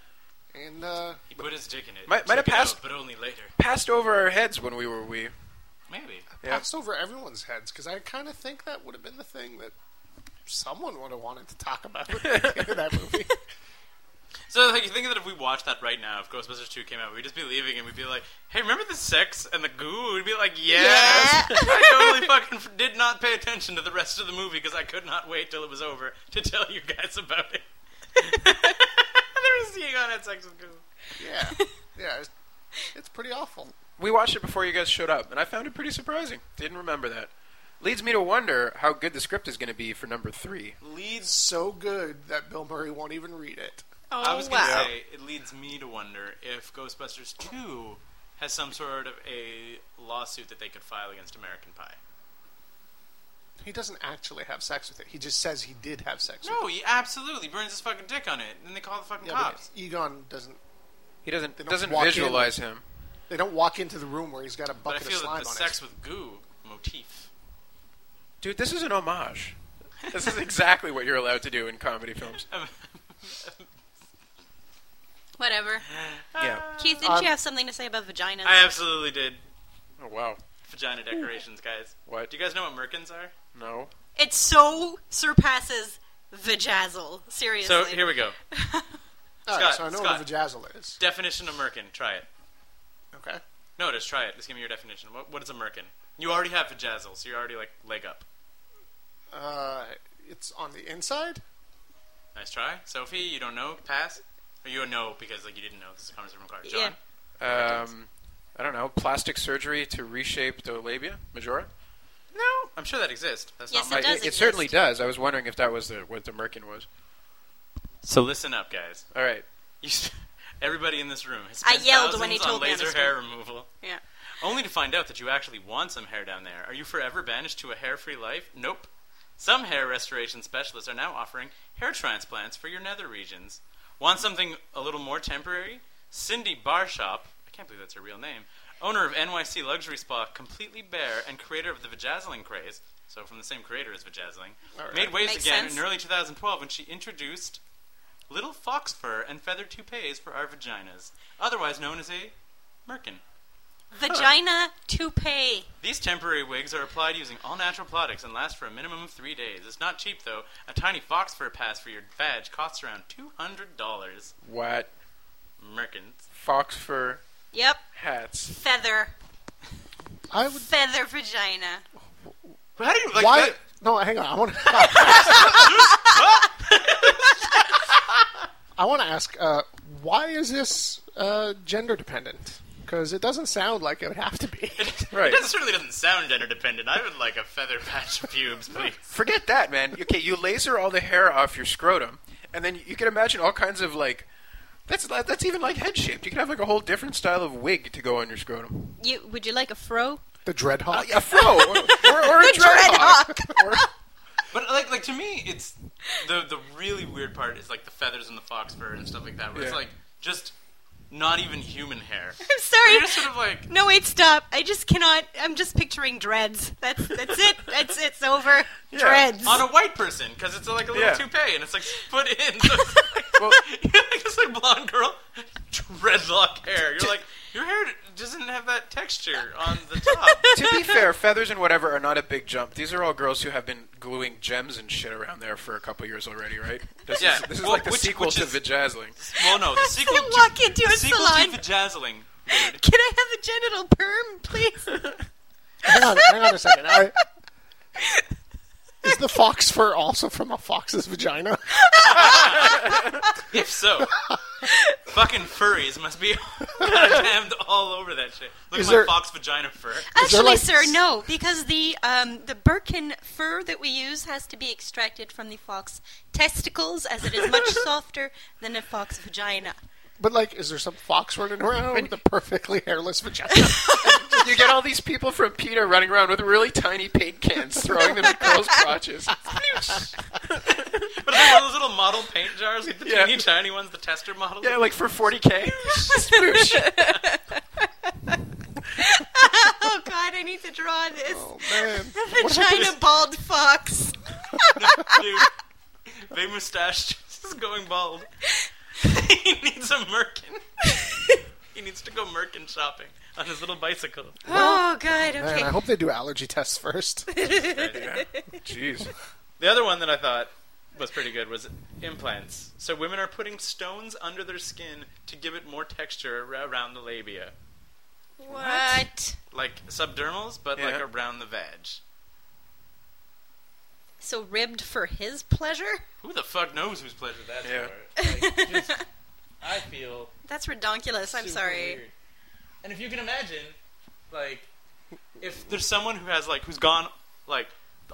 Speaker 3: and uh,
Speaker 5: He put his dick in it.
Speaker 2: Might- might have
Speaker 5: Check it
Speaker 2: passed-
Speaker 5: out, but only later.
Speaker 2: Passed over our heads when we were we.
Speaker 5: Maybe.
Speaker 2: Yeah.
Speaker 3: passed over everyone's heads because I kind of think that would have been the thing that someone would have wanted to talk about in that movie.
Speaker 5: So like you think that if we watched that right now, if Ghostbusters two came out, we'd just be leaving and we'd be like, Hey, remember the sex and the goo? We'd be like, Yes
Speaker 4: Yeah.
Speaker 5: I totally fucking f- did not pay attention to the rest of the movie because I could not wait till it was over to tell you guys about it. there was Egon had sex with goo.
Speaker 3: yeah, yeah, it's, it's pretty awful.
Speaker 2: We watched it before you guys showed up, and I found it pretty surprising. Didn't remember that. Leads me to wonder how good the script is going to be for number three.
Speaker 3: Leads so good that Bill Murray won't even read it.
Speaker 4: Oh,
Speaker 5: I was gonna
Speaker 4: wow.
Speaker 5: say it leads me to wonder if Ghostbusters two has some sort of a lawsuit that they could file against American Pie.
Speaker 3: He doesn't actually have sex with it. He just says he did have sex with it.
Speaker 5: No, he absolutely burns his fucking dick on it, and they call the fucking
Speaker 3: Yeah, but
Speaker 5: cops.
Speaker 3: Egon doesn't.
Speaker 2: He doesn't
Speaker 3: don't
Speaker 2: doesn't
Speaker 3: walk in.
Speaker 2: visualize him.
Speaker 3: They don't walk into the room where he's got a
Speaker 5: But I
Speaker 3: bucket of
Speaker 5: feel
Speaker 3: slime
Speaker 5: that the
Speaker 3: on
Speaker 5: sex
Speaker 3: it.
Speaker 5: with goo motif.
Speaker 2: Dude, this is an homage. This is exactly what you're allowed to do in comedy films.
Speaker 4: Whatever.
Speaker 2: Yeah.
Speaker 4: Keith, didn't you have something to say about vaginas?
Speaker 5: I absolutely did
Speaker 2: Oh wow.
Speaker 5: vagina decorations, guys.
Speaker 2: What?
Speaker 5: Do you guys know what merkins are?
Speaker 2: No.
Speaker 4: It so surpasses vajazzle. Seriously.
Speaker 5: So here we go.
Speaker 3: All right,
Speaker 5: Scott,
Speaker 3: so I know
Speaker 5: Scott.
Speaker 3: what a vajazzle is.
Speaker 5: Definition of merkin. Try it.
Speaker 3: Okay.
Speaker 5: No, just try it. Just give me your definition. What, what is a merkin? You already have vajazzle, so you're already like leg up.
Speaker 3: Uh, it's on the inside.
Speaker 5: Nice try, Sophie. You don't know? Pass. Or you know because like you didn't know. This is a conversation from Carter. John.
Speaker 4: Yeah.
Speaker 2: Um, I don't know. Plastic surgery to reshape the labia majora.
Speaker 5: No, I'm sure that exists. That's
Speaker 4: Yes,
Speaker 5: not
Speaker 2: I-
Speaker 5: my.
Speaker 4: does
Speaker 2: it, it
Speaker 4: exist.
Speaker 2: certainly does. I was wondering if that was the, what the merkin was.
Speaker 5: So listen up, guys.
Speaker 2: All right.
Speaker 5: You, s- everybody in this room has
Speaker 4: I
Speaker 5: spent
Speaker 4: yelled when he
Speaker 5: thousands
Speaker 4: told
Speaker 5: on
Speaker 4: me on
Speaker 5: laser
Speaker 4: this
Speaker 5: hair removal,
Speaker 4: Yeah.
Speaker 5: only to find out that you actually want some hair down there. Are you forever banished to a hair-free life? Nope. Some hair restoration specialists are now offering hair transplants for your nether regions. Want something a little more temporary? Cindy Barshop, I can't believe that's her real name, owner of NYC Luxury Spa Completely Bare and creator of the Vajazzling craze, so from the same creator as Vajazzling,
Speaker 3: All right.
Speaker 5: made waves
Speaker 4: Makes
Speaker 5: again
Speaker 4: sense.
Speaker 5: in early 2012 when she introduced little fox fur and feather toupees for our vaginas, otherwise known as a merkin.
Speaker 4: Vagina toupee.
Speaker 5: These temporary wigs are applied using all natural products and last for a minimum of three days. It's not cheap though. A tiny fox fur pass for your vag costs around two hundred dollars.
Speaker 2: What
Speaker 5: Merkins.
Speaker 2: fox fur
Speaker 4: Yep.
Speaker 2: hats?
Speaker 4: Feather.
Speaker 3: I would.
Speaker 4: Feather vagina.
Speaker 5: How do you like
Speaker 3: Why? No, hang on. I want to. I want to ask, uh, why is this uh, gender dependent? Because it doesn't sound like it would have to be.
Speaker 2: Right.
Speaker 5: It certainly doesn't sound gender dependent. I would like a feather patch of pubes, please.
Speaker 2: Forget that, man. Okay, you laser all the hair off your scrotum, and then you can imagine all kinds of like. That's that's even like head shaped. You can have like a whole different style of wig to go on your scrotum.
Speaker 4: You would you like a fro?
Speaker 3: the dreadhawk.
Speaker 2: Uh, a fro or, or, or a dreadlock. Or-
Speaker 5: But like, like to me, it's the the really weird part is like the feathers and the fox fur and stuff like that. Where it's
Speaker 2: Yeah.
Speaker 5: like just not even human hair.
Speaker 4: I'm sorry.
Speaker 5: You're just sort of like
Speaker 4: No, wait, stop. I just cannot. I'm just picturing dreads. That's that's it. That's it's over. Dreads.
Speaker 5: on a white person because it's like a little
Speaker 2: Yeah.
Speaker 5: toupee and it's like put in. So it's like,
Speaker 2: Well-
Speaker 5: you're like this like blonde girl
Speaker 1: dreadlock hair. You're like, your hair doesn't have that texture on the top.
Speaker 2: to be fair, feathers and whatever are not a big jump. These are all girls who have been gluing gems and shit around there for a couple years already, right? This
Speaker 1: Yeah.
Speaker 2: is this is
Speaker 1: Well,
Speaker 2: like the
Speaker 1: which-
Speaker 2: sequel
Speaker 1: which
Speaker 2: to
Speaker 1: is-
Speaker 2: the Jazzling.
Speaker 1: Well, no, the sequel.
Speaker 4: gonna walk into
Speaker 1: the
Speaker 4: a
Speaker 1: sequel
Speaker 4: salon.
Speaker 1: to the Jazzling. dude.
Speaker 4: Can I have a genital perm, please?
Speaker 3: Hang on, hang on a second. I, is the fox fur also from a fox's vagina?
Speaker 1: If so, fucking furries must be goddamned all over that shit. Look
Speaker 3: Is
Speaker 1: at my
Speaker 3: there-
Speaker 1: fox vagina fur.
Speaker 3: Is there,
Speaker 4: Actually,
Speaker 3: like,
Speaker 4: sir,
Speaker 3: s-
Speaker 4: no, because the um, the Birkin fur that we use has to be extracted from the fox testicles, as it is much softer than a fox vagina.
Speaker 3: But like, is there some fox running around with a perfectly hairless vagina?
Speaker 2: you get all these people from Peter running around with really tiny paint cans, throwing them at girls' crotches.
Speaker 1: But it's like one of those little model paint jars with the
Speaker 2: Yeah.
Speaker 1: teeny tiny ones, the tester models.
Speaker 2: Yeah, like for 40k. Sploosh.
Speaker 4: Oh God, I need to draw this
Speaker 3: Oh man,
Speaker 4: vagina bald fox.
Speaker 1: dude. Big mustache just is going bald. he needs a merkin. he needs to go merkin shopping on his little bicycle.
Speaker 4: Oh God, okay.
Speaker 3: man! I hope they do allergy tests first.
Speaker 2: Jeez.
Speaker 1: The other one that I thought was pretty good was implants. So women are putting stones under their skin to give it more texture ar- around the labia,
Speaker 4: what?
Speaker 1: like subdermals, but like
Speaker 2: Yeah.
Speaker 1: around the vag.
Speaker 4: So ribbed for his pleasure?
Speaker 1: Who the fuck knows whose pleasure that's
Speaker 2: Yeah.
Speaker 1: for? Like, just, I feel.
Speaker 4: That's redonkulous. I'm
Speaker 1: super
Speaker 4: sorry.
Speaker 1: weird. And if you can imagine, like, if there's someone who has like who's gone like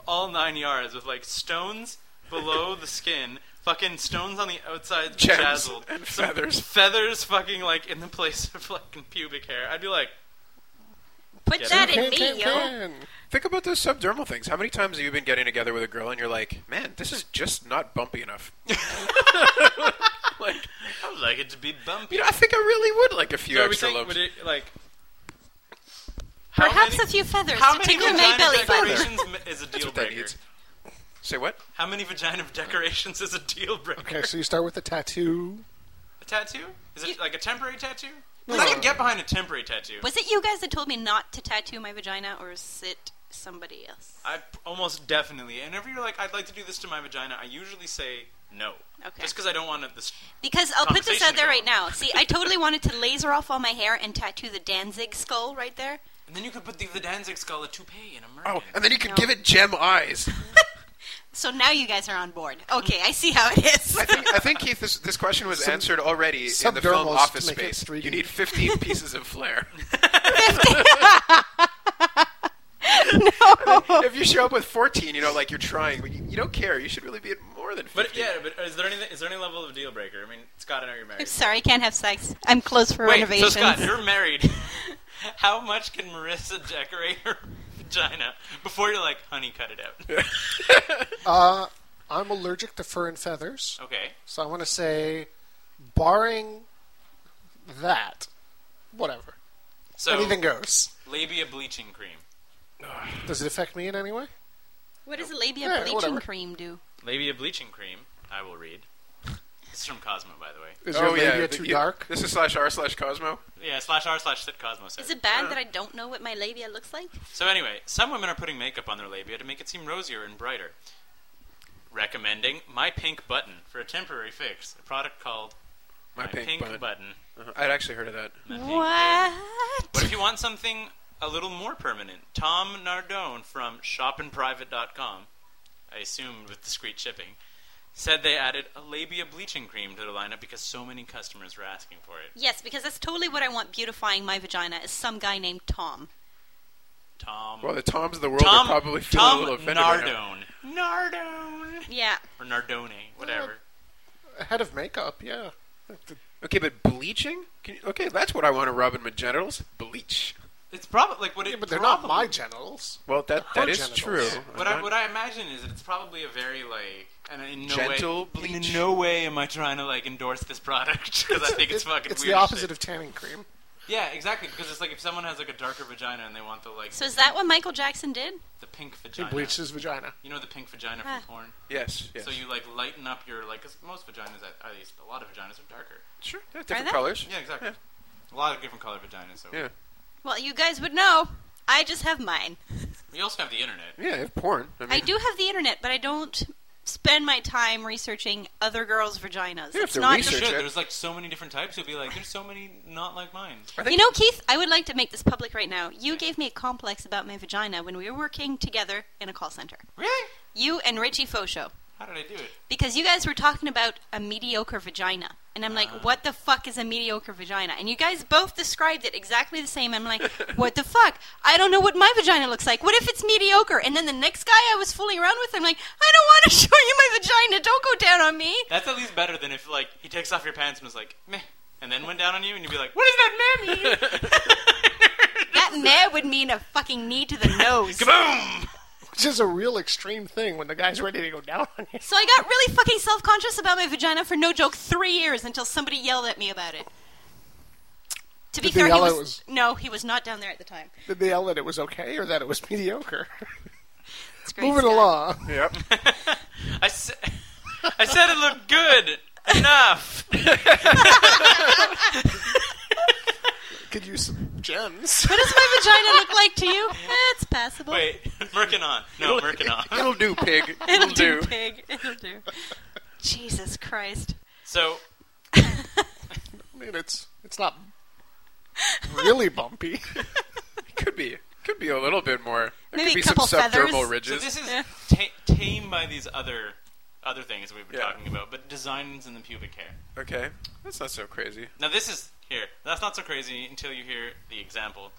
Speaker 1: all nine yards with like stones below the skin, fucking stones on the outside,
Speaker 2: Gems
Speaker 1: bedazzled,
Speaker 2: and
Speaker 1: some
Speaker 2: feathers.
Speaker 1: feathers, fucking like in the place of fucking pubic hair, I'd be like,
Speaker 4: Put
Speaker 1: Get
Speaker 4: that
Speaker 1: it.
Speaker 4: in
Speaker 3: Can,
Speaker 4: me,
Speaker 3: can,
Speaker 4: yo.
Speaker 3: can.
Speaker 2: Think about those subdermal things. How many times have you been getting together with a girl and you're like, man, this is just not bumpy enough? like,
Speaker 1: I would like it to be bumpy.
Speaker 2: you know, I think I really would like a few
Speaker 1: So we
Speaker 2: extra
Speaker 1: think-
Speaker 2: lobes.
Speaker 1: would it, like, how
Speaker 4: Perhaps
Speaker 1: many-
Speaker 4: a few feathers
Speaker 1: How
Speaker 4: to
Speaker 1: many
Speaker 4: tickle my
Speaker 1: vagina
Speaker 4: belly button.
Speaker 1: decorations m- is a deal
Speaker 2: what that
Speaker 1: breaker?
Speaker 2: needs. Say what?
Speaker 1: How many vagina decorations is a deal breaker?
Speaker 3: Okay, so you start with a tattoo.
Speaker 1: A tattoo? Is it like a temporary tattoo?
Speaker 3: No,
Speaker 1: I
Speaker 3: no.
Speaker 1: can get behind a temporary tattoo.
Speaker 4: Was it you guys that told me not to tattoo my vagina, or is it somebody else?
Speaker 1: I almost definitely. And Whenever you're like, I'd like to do this to my vagina, I usually say no.
Speaker 4: Okay.
Speaker 1: Just because I don't want to. This,
Speaker 4: Because I'll put this
Speaker 1: Conversation
Speaker 4: out there
Speaker 1: going
Speaker 4: right now. See, I totally wanted to laser off all my hair and tattoo the Danzig skull right there.
Speaker 1: and then you could put the, the Danzig skull a toupee in a merkin.
Speaker 2: Oh, and then you could
Speaker 4: No.
Speaker 2: give it gem eyes.
Speaker 4: So now you guys are on board. Okay, I see how it is.
Speaker 2: I think, I think Keith, this, this question was answered already in the film
Speaker 3: subdermals
Speaker 2: Office
Speaker 3: to make it
Speaker 2: Space.
Speaker 3: 3D.
Speaker 2: You need 15 pieces of flair. if you show up with 14, you know, like you're trying, but you, you don't care. You should really be at more than 15.
Speaker 1: But yeah, but is there anything? Is there any level of deal breaker? I mean, Scott, I know you're married.
Speaker 4: I'm sorry, I can't have sex. I'm closed for
Speaker 1: Wait, so
Speaker 4: renovations.
Speaker 1: Scott, you're married. How much can Marissa decorate her vagina before you're like, honey, cut it out?
Speaker 3: Uh, I'm allergic to fur and feathers,
Speaker 1: okay.
Speaker 3: so I want to say, barring that, whatever,
Speaker 1: So
Speaker 3: anything goes.
Speaker 1: labia bleaching cream.
Speaker 3: Does it affect me in any way?
Speaker 4: what does a labia
Speaker 3: Yeah,
Speaker 4: bleaching
Speaker 3: whatever.
Speaker 4: cream do?
Speaker 1: Labia bleaching cream. I will read. It's from Cosmo, by the way.
Speaker 3: Is your
Speaker 2: Oh
Speaker 3: labia
Speaker 2: yeah, the-
Speaker 3: too
Speaker 2: yeah.
Speaker 3: dark?
Speaker 2: This is slash r slash Cosmo.
Speaker 1: Yeah, slash r slash sit Cosmo says.
Speaker 4: Is it bad
Speaker 1: uh.
Speaker 4: that I don't know what my labia looks like?
Speaker 1: So anyway, some women are putting makeup on their labia to make it seem rosier and brighter. Recommending My Pink Button for a temporary fix, a product called
Speaker 2: My, pink, bun.
Speaker 1: Button.
Speaker 2: Uh-huh. I'd actually heard of that.
Speaker 1: My Pink But
Speaker 4: What?
Speaker 1: if you want something a little more permanent, Tom Nardone from shopandprivate.com, I assume with discreet shipping, said they added a labia bleaching cream to their lineup because so many customers were asking for it.
Speaker 4: Yes, because that's totally what I want beautifying my vagina is some guy named Tom.
Speaker 1: Tom
Speaker 2: Well, the Toms of the world
Speaker 1: Tom,
Speaker 2: are probably feeling a
Speaker 1: Tom
Speaker 2: little offended. right now.
Speaker 1: Nardone. Nardone.
Speaker 4: Yeah.
Speaker 1: Or Nardone, whatever.
Speaker 3: Head of makeup, yeah.
Speaker 2: Okay, but bleaching? Can you, okay, that's what I want to rub in my genitals. Bleach.
Speaker 1: It's probably like what it
Speaker 3: Yeah, but they're
Speaker 1: probably,
Speaker 3: not my genitals.
Speaker 2: Well, that
Speaker 3: Her
Speaker 2: that is
Speaker 3: genitals.
Speaker 2: true. Uh-huh.
Speaker 1: What
Speaker 2: I'm
Speaker 1: I,
Speaker 2: not-
Speaker 1: what I imagine is that it's probably a very like and in no
Speaker 2: Gentle
Speaker 1: way,
Speaker 2: bleach.
Speaker 1: In no way am I trying to like endorse this product because I think it's
Speaker 3: It-
Speaker 1: fucking.
Speaker 3: It's
Speaker 1: weird
Speaker 3: the opposite
Speaker 1: shit.
Speaker 3: of tanning cream.
Speaker 1: Yeah, exactly. Because it's like if someone has like a darker vagina and they want the like
Speaker 4: So is that what Michael Jackson did?
Speaker 1: the pink
Speaker 3: He
Speaker 1: vagina.
Speaker 3: bleached his vagina.
Speaker 1: You know the pink vagina
Speaker 4: Ah.
Speaker 1: from porn.
Speaker 2: Yes. yes.
Speaker 1: So you like lighten up your like 'cause most vaginas at, at least a lot of vaginas are darker.
Speaker 2: sure. Yeah,
Speaker 4: they?
Speaker 2: different colors.
Speaker 1: Yeah, exactly. A lot of different color vaginas. So
Speaker 2: Yeah.
Speaker 4: Well, you guys would know. I just have mine.
Speaker 1: we also have the internet.
Speaker 2: Yeah, if porn. I, mean,
Speaker 4: I do have the internet, but I don't spend my time researching other girls' vaginas.
Speaker 2: You have
Speaker 4: it's
Speaker 2: to
Speaker 4: not
Speaker 2: research
Speaker 1: Shit,
Speaker 2: it.
Speaker 1: there's like so many different types. You'll be like, there's so many not like mine.
Speaker 2: I
Speaker 4: You
Speaker 2: think
Speaker 4: know, Keith, I would like to make this public right now. You gave me a complex about my vagina when we were working together in a call center.
Speaker 1: Really?
Speaker 4: You and Richie Fosho.
Speaker 1: How did I do it?
Speaker 4: Because you guys were talking about a mediocre vagina. And I'm like, what the fuck is a mediocre vagina? And you guys both described it exactly the same. I'm like, what the fuck? I don't know what my vagina looks like. What if it's mediocre? And then the next guy I was fooling around with, I'm like, I don't want to show you my vagina. Don't go down on me.
Speaker 1: That's at least better than if like he takes off your pants and was like meh, and then went down on you and you'd be like, what is that mammy?
Speaker 4: That meh would mean a fucking knee to the nose.
Speaker 1: Kaboom!
Speaker 3: Which is a real extreme thing when the guy's ready to go down on you.
Speaker 4: So I got really fucking self conscious about my vagina for no joke three years until somebody yelled at me about it. To be
Speaker 3: Did they
Speaker 4: fair, he
Speaker 3: yell it
Speaker 4: was,
Speaker 3: was-
Speaker 4: no, he was not down there at the time.
Speaker 3: Did they yell that it was okay or that it was mediocre?
Speaker 4: It's great
Speaker 3: Moving
Speaker 4: Scott.
Speaker 3: along.
Speaker 2: Yep.
Speaker 1: I, sa- I said it looked good enough.
Speaker 3: Could use some gems.
Speaker 4: What does my vagina look like to you? Eh, It's passable.
Speaker 1: Wait, merkin on. No, merkin on.
Speaker 2: It'll do, pig.
Speaker 4: It'll do, pig. It'll do. Jesus Christ.
Speaker 1: So
Speaker 3: I mean, it's it's not really bumpy.
Speaker 2: Could be. Could be a little bit more. There
Speaker 4: Maybe
Speaker 2: could be
Speaker 4: a couple
Speaker 2: some subdermal
Speaker 4: feathers.
Speaker 1: So
Speaker 2: ridges.
Speaker 1: this is
Speaker 4: Yeah.
Speaker 1: ta- tamed by these other other things we've been
Speaker 2: Yeah.
Speaker 1: talking about, but designs in the pubic hair.
Speaker 2: okay. That's not so crazy.
Speaker 1: Now this is here. That's not so crazy until you hear the example,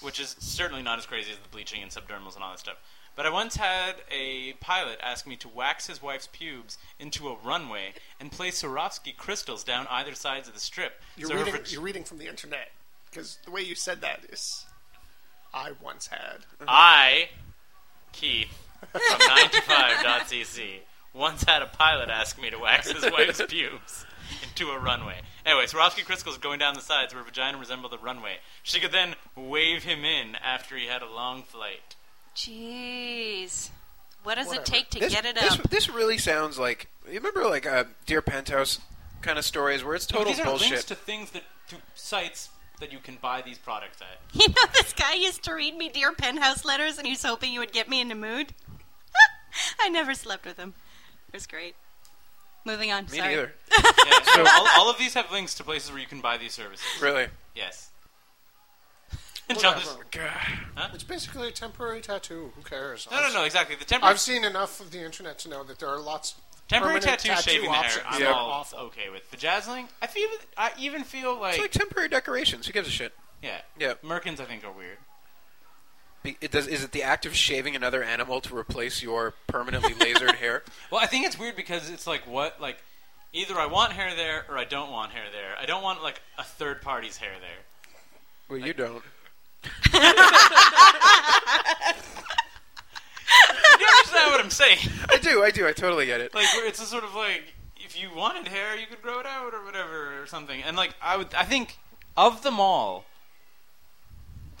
Speaker 1: which is certainly not as crazy as the bleaching and subdermals and all that stuff. But I once had a pilot ask me to wax his wife's pubes into a runway and place Swarovski crystals down either sides of the strip.
Speaker 3: You're
Speaker 1: So her
Speaker 3: reading
Speaker 1: vag-
Speaker 3: you're reading from the internet because the way you said that is, I once had.
Speaker 1: I, Keith, from 9to5.cc, once had a pilot ask me to wax his wife's pubes into a runway. Anyway, Swarovski crystals going down the sides where vagina resembled the runway. She could then wave him in after he had a long flight.
Speaker 4: Jeez. What does
Speaker 3: Whatever.
Speaker 4: it take to
Speaker 2: This,
Speaker 4: get it
Speaker 2: this,
Speaker 4: up?
Speaker 2: this really sounds like you remember like uh, Dear Penthouse kind of stories where it's
Speaker 1: But
Speaker 2: total
Speaker 1: these are links
Speaker 2: bullshit.
Speaker 1: to things that to sites that you can buy these products at.
Speaker 4: You know, this guy used to read me Dear Penthouse letters, and he was hoping you would get me in the mood. I never slept with him. It was great. Moving on.
Speaker 2: Me
Speaker 4: sorry.
Speaker 2: neither.
Speaker 1: Yeah, so all, all of these have links to places where you can buy these services.
Speaker 2: Really.
Speaker 1: Yes. John just-
Speaker 3: It's basically a temporary tattoo. Who cares?
Speaker 1: no, no, no, exactly. The temporary
Speaker 3: I've seen enough of the internet to know that there are lots. of
Speaker 1: Temporary
Speaker 3: permanent
Speaker 1: tattoo, shaving the hair,
Speaker 3: options.
Speaker 1: I'm
Speaker 3: that are
Speaker 1: all
Speaker 3: awful.
Speaker 1: okay with. The jazzling, I feel, I even feel like,
Speaker 2: It's like temporary decorations. Who gives a shit?
Speaker 1: yeah,
Speaker 2: Yeah.
Speaker 1: Merkins, I think are weird.
Speaker 2: Be- It does, is it the act of shaving another animal to replace your permanently lasered hair?
Speaker 1: Well, I think it's weird because it's like what, like, either I want hair there or I don't want hair there. I don't want like a third party's hair there.
Speaker 2: Well, you don't.
Speaker 1: You understand what I'm saying?
Speaker 2: I do. I do. I totally get it.
Speaker 1: Like, where it's a sort of like, if you wanted hair, you could grow it out or whatever or something. And like, I would, I think, of them all.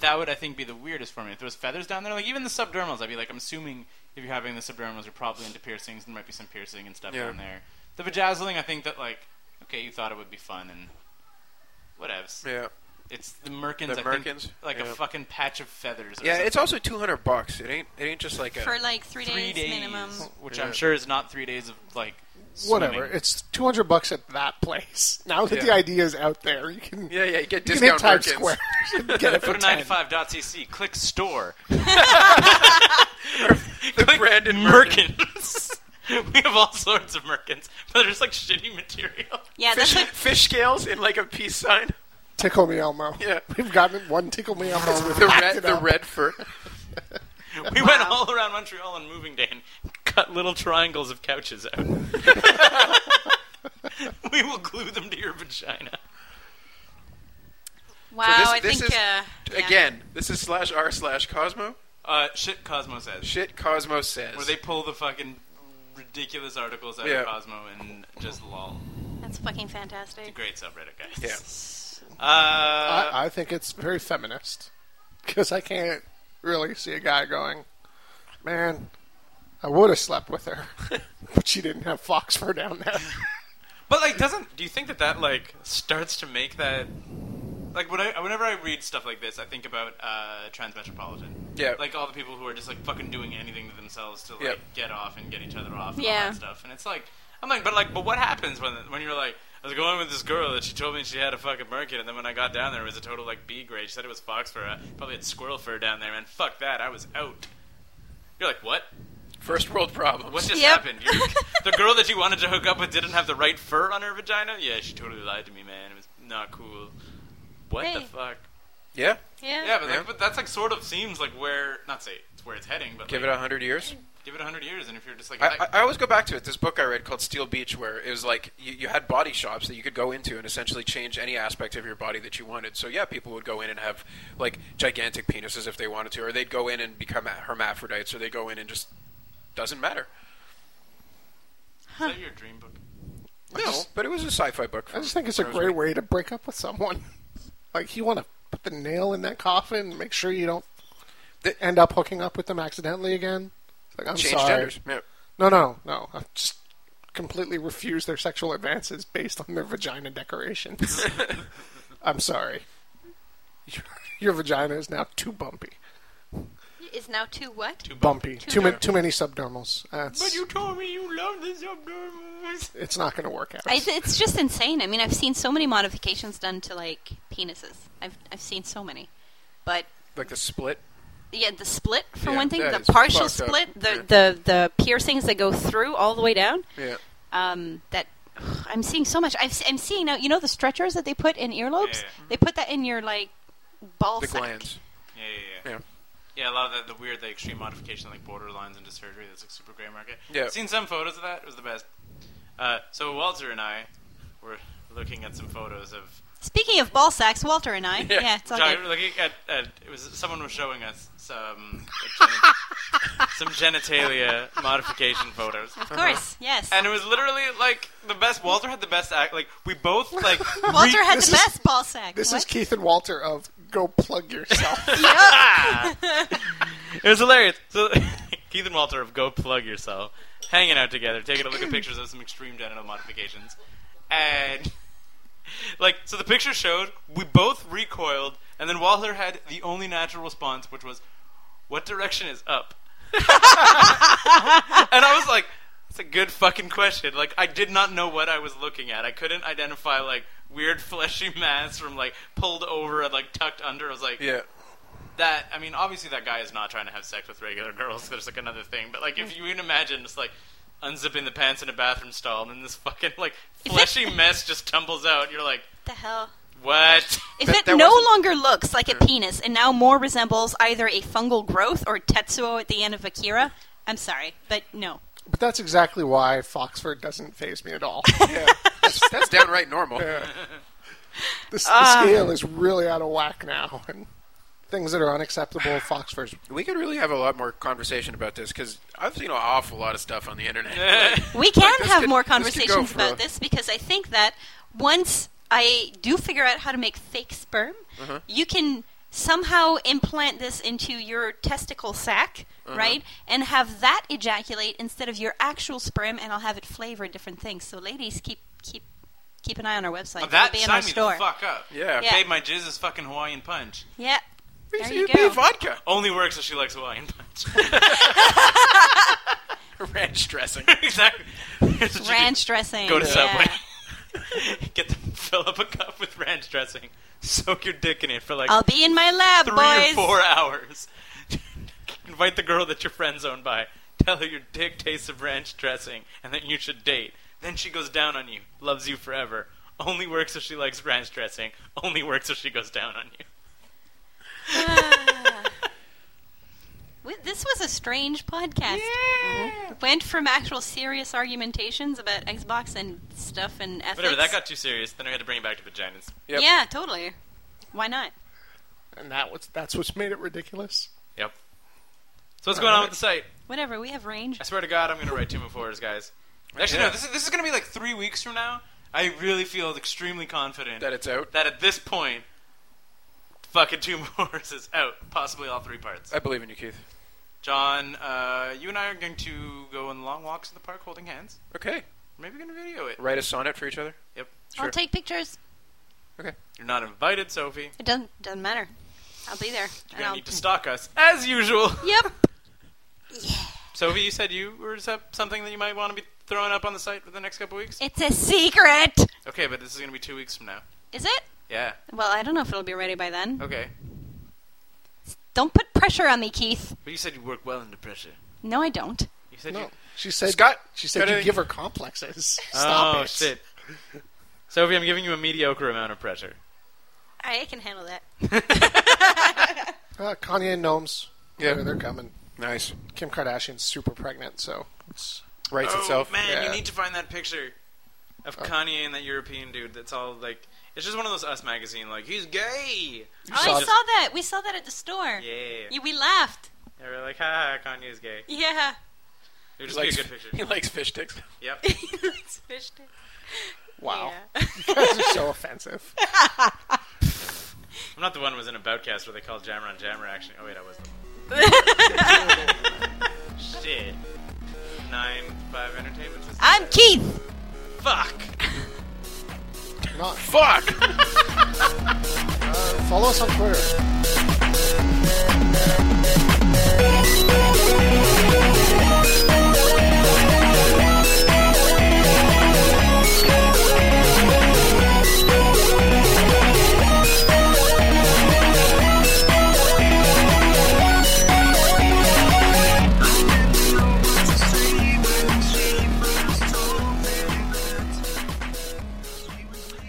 Speaker 1: That would, I think, be the weirdest for me. If there was feathers down there, like even the subdermals, I'd be like, I'm assuming if you're having the subdermals, you're probably into piercings. There might be some piercing and stuff
Speaker 2: Yeah.
Speaker 1: down there. The vajazzling, I think that like, okay, you thought it would be fun and whatevs.
Speaker 2: Yeah.
Speaker 1: It's the merkins.
Speaker 2: The
Speaker 1: I
Speaker 2: merkins,
Speaker 1: think, like
Speaker 2: yeah.
Speaker 1: a fucking patch of feathers. Or
Speaker 2: Yeah.
Speaker 1: something.
Speaker 2: It's also two hundred bucks. It ain't. It ain't just like a.
Speaker 4: For like three,
Speaker 1: three days,
Speaker 4: minimum.
Speaker 1: which
Speaker 2: Yeah.
Speaker 1: I'm sure is not three days of like.
Speaker 3: Whatever.
Speaker 1: swimming.
Speaker 3: It's two hundred bucks at that place. Now that the
Speaker 2: Yeah.
Speaker 3: idea is out there, you can
Speaker 2: Yeah, yeah, you get
Speaker 3: you can hit
Speaker 2: discount
Speaker 3: Times
Speaker 2: Merkins.
Speaker 3: Square. You can get it
Speaker 1: Go
Speaker 3: for
Speaker 1: to
Speaker 3: 10.
Speaker 1: 9to5.cc, click store.
Speaker 2: the
Speaker 1: click
Speaker 2: branded merkin.
Speaker 1: merkins. we have all sorts of merkins, but there's like shitty material.
Speaker 4: Yeah, that's
Speaker 2: Fish,
Speaker 4: like
Speaker 2: fish scales in like a peace sign.
Speaker 3: Tickle me Elmo.
Speaker 2: Yeah.
Speaker 3: We've gotten one tickle me Elmo.
Speaker 2: The red, the red fur.
Speaker 1: We went all around Montreal on moving day and cut little triangles of couches out. we will glue them to your vagina.
Speaker 4: wow.
Speaker 2: So this-
Speaker 4: I
Speaker 2: this
Speaker 4: think
Speaker 2: is-
Speaker 4: uh, yeah.
Speaker 2: Again, this is slash r slash Cosmo.
Speaker 1: Uh, shit Cosmo says.
Speaker 2: Shit, Cosmo says.
Speaker 1: Where they pull the fucking ridiculous articles out
Speaker 2: Yeah.
Speaker 1: of Cosmo and just lol.
Speaker 4: That's fucking fantastic.
Speaker 1: Great subreddit, guys.
Speaker 2: yeah.
Speaker 5: Uh,
Speaker 3: I, I think it's very feminist because I can't really see a guy going, man, I would have slept with her, but she didn't have fox fur down there.
Speaker 5: But like, doesn't do you think that that like starts to make that like when I, whenever I read stuff like this, I think about uh, Transmetropolitan.
Speaker 2: Yeah.
Speaker 5: Like all the people who are just like fucking doing anything to themselves to like
Speaker 2: Yeah.
Speaker 5: get off and get each other off and all
Speaker 4: Yeah.
Speaker 5: that stuff. And it's like I'm like, but like, but what happens when when you're like. I was going with this girl that she told me she had a fucking merkin, and then when I got down there, it was a total like B grade. She said it was fox fur, uh, probably had squirrel fur down there, man. Fuck that, I was out. You're like, what?
Speaker 2: First world problem.
Speaker 5: What just
Speaker 4: Yep.
Speaker 5: happened? You- the girl that you wanted to hook up with didn't have the right fur on her vagina? Yeah, she totally lied to me, man. It was not cool. What the
Speaker 4: Hey.
Speaker 5: fuck?
Speaker 2: Yeah.
Speaker 4: Yeah.
Speaker 5: Yeah, but,
Speaker 2: Yeah.
Speaker 5: Like, but that's like sort of seems like where not say it's where it's heading, but
Speaker 2: Give it
Speaker 5: like,
Speaker 2: a hundred years.
Speaker 5: give it a hundred years, and if you're just like,
Speaker 2: I, I I always go back to it. This book I read called Steel Beach, where it was like you, you had body shops that you could go into and essentially change any aspect of your body that you wanted. So yeah, people would go in and have like gigantic penises if they wanted to, or they'd go in and become hermaphrodites, or they go in and just doesn't matter. Uh,
Speaker 5: is that your dream book?
Speaker 3: I
Speaker 2: No,
Speaker 3: just,
Speaker 2: but it was a sci-fi book.
Speaker 3: I just think it's a
Speaker 2: Rose
Speaker 3: great
Speaker 2: Reed.
Speaker 3: way to break up with someone. Like you want to put the nail in that coffin, and make sure you don't e-,
Speaker 2: The-
Speaker 3: end up hooking up with them accidentally again. It's like I'm
Speaker 2: Change
Speaker 3: sorry.
Speaker 2: genders. Yeah.
Speaker 3: No, no, no. I just completely refuse their sexual advances based on their vagina decorations. I'm sorry. Your, your vagina is now too bumpy.
Speaker 4: Is now two what?
Speaker 3: Bumpy. Too, ma-
Speaker 4: dark.
Speaker 3: too many subdermals. That's,
Speaker 5: told me you love the subdermals.
Speaker 3: it's not going to work out.
Speaker 4: I, it's just insane. I mean, I've seen so many modifications done to like penises. I've I've seen so many, but
Speaker 2: Like the split.
Speaker 4: yeah, the split for
Speaker 2: Yeah,
Speaker 4: one thing,
Speaker 2: that
Speaker 4: the
Speaker 2: is
Speaker 4: partial
Speaker 2: fucked up.
Speaker 4: split, the,
Speaker 2: Yeah.
Speaker 4: the the piercings that go through all the way down.
Speaker 2: Yeah.
Speaker 4: Um, that I'm seeing so much. I've, s- I'm seeing now. You know the stretchers that they put in earlobes?
Speaker 5: Yeah.
Speaker 4: They put that in your like ball
Speaker 2: The
Speaker 4: sack.
Speaker 2: glands.
Speaker 5: Yeah, yeah, yeah.
Speaker 2: Yeah.
Speaker 5: Yeah, a lot of the, the weird, the extreme modification, like borderlines into surgery. That's like super gray market.
Speaker 2: Yeah.
Speaker 5: Seen some photos of that. It was the best. Uh, so Walter and I were looking at some photos of
Speaker 4: Speaking of ball sacks, Walter and I. Yeah, it's all
Speaker 5: Sorry,
Speaker 4: good.
Speaker 5: looking at, at it was someone was showing us some geni- um, some genitalia modification photos,
Speaker 4: Of course, yes.
Speaker 5: and it was literally like the best. Walter had the best act. Like we both like
Speaker 4: Walter had
Speaker 3: this
Speaker 4: the
Speaker 3: is-
Speaker 4: best ball sack.
Speaker 3: this is
Speaker 4: What?
Speaker 3: Keith and Walter of Go Plug Yourself.
Speaker 5: it was hilarious. So Keith and Walter of Go Plug Yourself hanging out together, taking a look at pictures of some extreme genital modifications, and like so the picture showed we both recoiled, and then Walter had the only natural response, which was, "What direction is up?" and I was like, "That's a good fucking question." Like I did not know what I was looking at. I couldn't identify like weird fleshy mass from like pulled over and like tucked under. I was like,
Speaker 2: Yeah.
Speaker 5: that I mean, obviously that guy is not trying to have sex with regular girls. There's like another thing, but like if you can imagine, just like unzipping the pants in a bathroom stall and then this fucking like fleshy mess just tumbles out. You're like,
Speaker 4: the hell?
Speaker 5: what?
Speaker 4: If
Speaker 2: That-
Speaker 4: it
Speaker 2: that
Speaker 4: no
Speaker 2: wasn't-
Speaker 4: longer looks like a penis and now more resembles either a fungal growth or Tetsuo at the end of Akira, I'm sorry, but no.
Speaker 3: but that's exactly why Foxford doesn't phase me at all.
Speaker 2: Yeah. that's, that's downright normal.
Speaker 3: This, the
Speaker 4: Ah.
Speaker 3: scale is really out of whack now, and things that are unacceptable, Foxford's
Speaker 2: We could really have a lot more conversation about this because I've seen an awful lot of stuff on the internet.
Speaker 4: We can
Speaker 2: this
Speaker 4: have
Speaker 2: could-
Speaker 4: more
Speaker 2: this could go
Speaker 4: conversations
Speaker 2: for
Speaker 4: about
Speaker 2: a-
Speaker 4: this because I think that once I do figure out how to make fake sperm, you can somehow implant this into your testicle sac, right? And have that ejaculate instead of your actual sperm and I'll have it flavor different things. So ladies keep keep keep an eye on our website.
Speaker 5: that
Speaker 4: It'll be in our
Speaker 5: signed me
Speaker 4: store.
Speaker 5: the fuck up.
Speaker 2: Yeah.
Speaker 4: Yeah.
Speaker 5: Babe, my jizz is fucking Hawaiian punch.
Speaker 4: Yeah.
Speaker 2: Please,
Speaker 4: There you
Speaker 2: it'd be
Speaker 4: go.
Speaker 2: vodka.
Speaker 5: Only works if she likes Hawaiian punch.
Speaker 2: Ranch dressing.
Speaker 5: exactly. That's what you do.
Speaker 4: ranch dressing.
Speaker 5: Go to
Speaker 4: yeah.
Speaker 5: Subway. Get them fill up a cup with ranch dressing. Soak your dick in it for like
Speaker 4: I'll be in my lab,
Speaker 5: three
Speaker 4: boys.
Speaker 5: or four hours. Invite the girl that your friend zoned by. Tell her your dick tastes of ranch dressing and that you should date. Then she goes down on you, loves you forever. Only works if she likes ranch dressing. Only works if she goes down on you.
Speaker 4: Wi- This was a strange podcast. Mm-hmm. Went from actual serious argumentations about Xbox and stuff and ethics.
Speaker 5: Whatever, that got too serious. Then I had to bring it back to vaginas.
Speaker 2: Yep.
Speaker 4: Yeah, totally. Why not?
Speaker 3: and that was that's what's made it ridiculous.
Speaker 5: Yep. So what's going on with the site?
Speaker 4: Whatever. We have range.
Speaker 5: I swear to God, I'm going to write two more fours, guys. Actually,
Speaker 2: Yeah.
Speaker 5: no. This is, this is going to be like three weeks from now. I really feel extremely confident
Speaker 2: that it's out.
Speaker 5: that at this point, fucking Two Moors is out, possibly all three parts.
Speaker 2: I believe in you, Keith.
Speaker 5: John, uh, you and I are going to go on long walks in the park holding hands.
Speaker 2: Okay.
Speaker 5: Maybe we're going to video it.
Speaker 2: Write a sonnet for each other.
Speaker 5: Yep.
Speaker 2: Sure.
Speaker 4: I'll take pictures.
Speaker 2: Okay.
Speaker 5: You're not invited, Sophie.
Speaker 4: It doesn't doesn't matter. I'll be there.
Speaker 5: You're
Speaker 4: And
Speaker 5: going
Speaker 4: I'll,
Speaker 5: to need to stalk us, as usual.
Speaker 4: yep.
Speaker 5: Sophie, you said you were s- something that you might want to be throwing up on the site for the next couple weeks?
Speaker 4: It's a secret.
Speaker 5: Okay, but this is going to be two weeks from now.
Speaker 4: Is it?
Speaker 5: Yeah.
Speaker 4: Well, I don't know if it'll be ready by then.
Speaker 5: Okay.
Speaker 4: Don't put pressure on me, Keith.
Speaker 5: But you said you work well under pressure.
Speaker 4: No, I don't.
Speaker 5: You said you.
Speaker 3: No, she said.
Speaker 2: Scott,
Speaker 3: she said
Speaker 2: gotta-
Speaker 3: you give her complexes. Stop
Speaker 5: oh,
Speaker 3: it.
Speaker 5: shit. Sophie, I'm giving you a mediocre amount of pressure.
Speaker 4: I can handle that.
Speaker 3: Uh, Kanye and gnomes.
Speaker 2: Yeah.
Speaker 3: they're coming.
Speaker 2: Nice.
Speaker 3: Kim Kardashian's super pregnant, so it's
Speaker 2: Writes
Speaker 5: oh,
Speaker 2: itself.
Speaker 5: man, you
Speaker 3: Yeah. Oh.
Speaker 5: need to find that picture of Kanye and that European dude. That's all like. It's just one of those Us magazine. Like he's gay.
Speaker 4: Oh, I
Speaker 3: saw
Speaker 4: saw
Speaker 3: it.
Speaker 4: that. We saw that at the store.
Speaker 5: Yeah.
Speaker 4: You- We laughed.
Speaker 5: They were like, ha, ha Kanye's gay. It
Speaker 4: Yeah.
Speaker 5: would
Speaker 2: He
Speaker 5: just be a
Speaker 2: likes,
Speaker 5: good picture.
Speaker 2: he likes fish sticks.
Speaker 5: Yep.
Speaker 4: It's fish tank.
Speaker 3: wow.
Speaker 4: Yeah.
Speaker 3: You guys are so offensive.
Speaker 5: I'm not the one who was in a boutcast where they called Jammer on Jammer action. Oh wait, I was the one. Shit. Nine five entertainment system.
Speaker 4: I'm Keith.
Speaker 5: Fuck.
Speaker 3: Not
Speaker 2: Fuck!
Speaker 3: Uh, follow us on Twitter.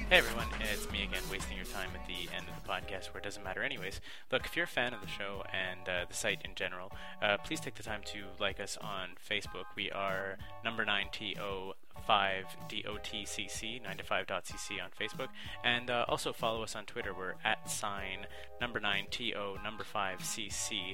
Speaker 5: Hey everyone, it's me again, wasting your time at the end of the podcast where it doesn't matter anyways. Look, if you're a fan of the show and uh, the site in general, uh, please take the time to like us on Facebook. We are number 9TO5DOTCC, 9to5.cc on Facebook. And uh, also follow us on Twitter. We're at sign number 9TO number 5CC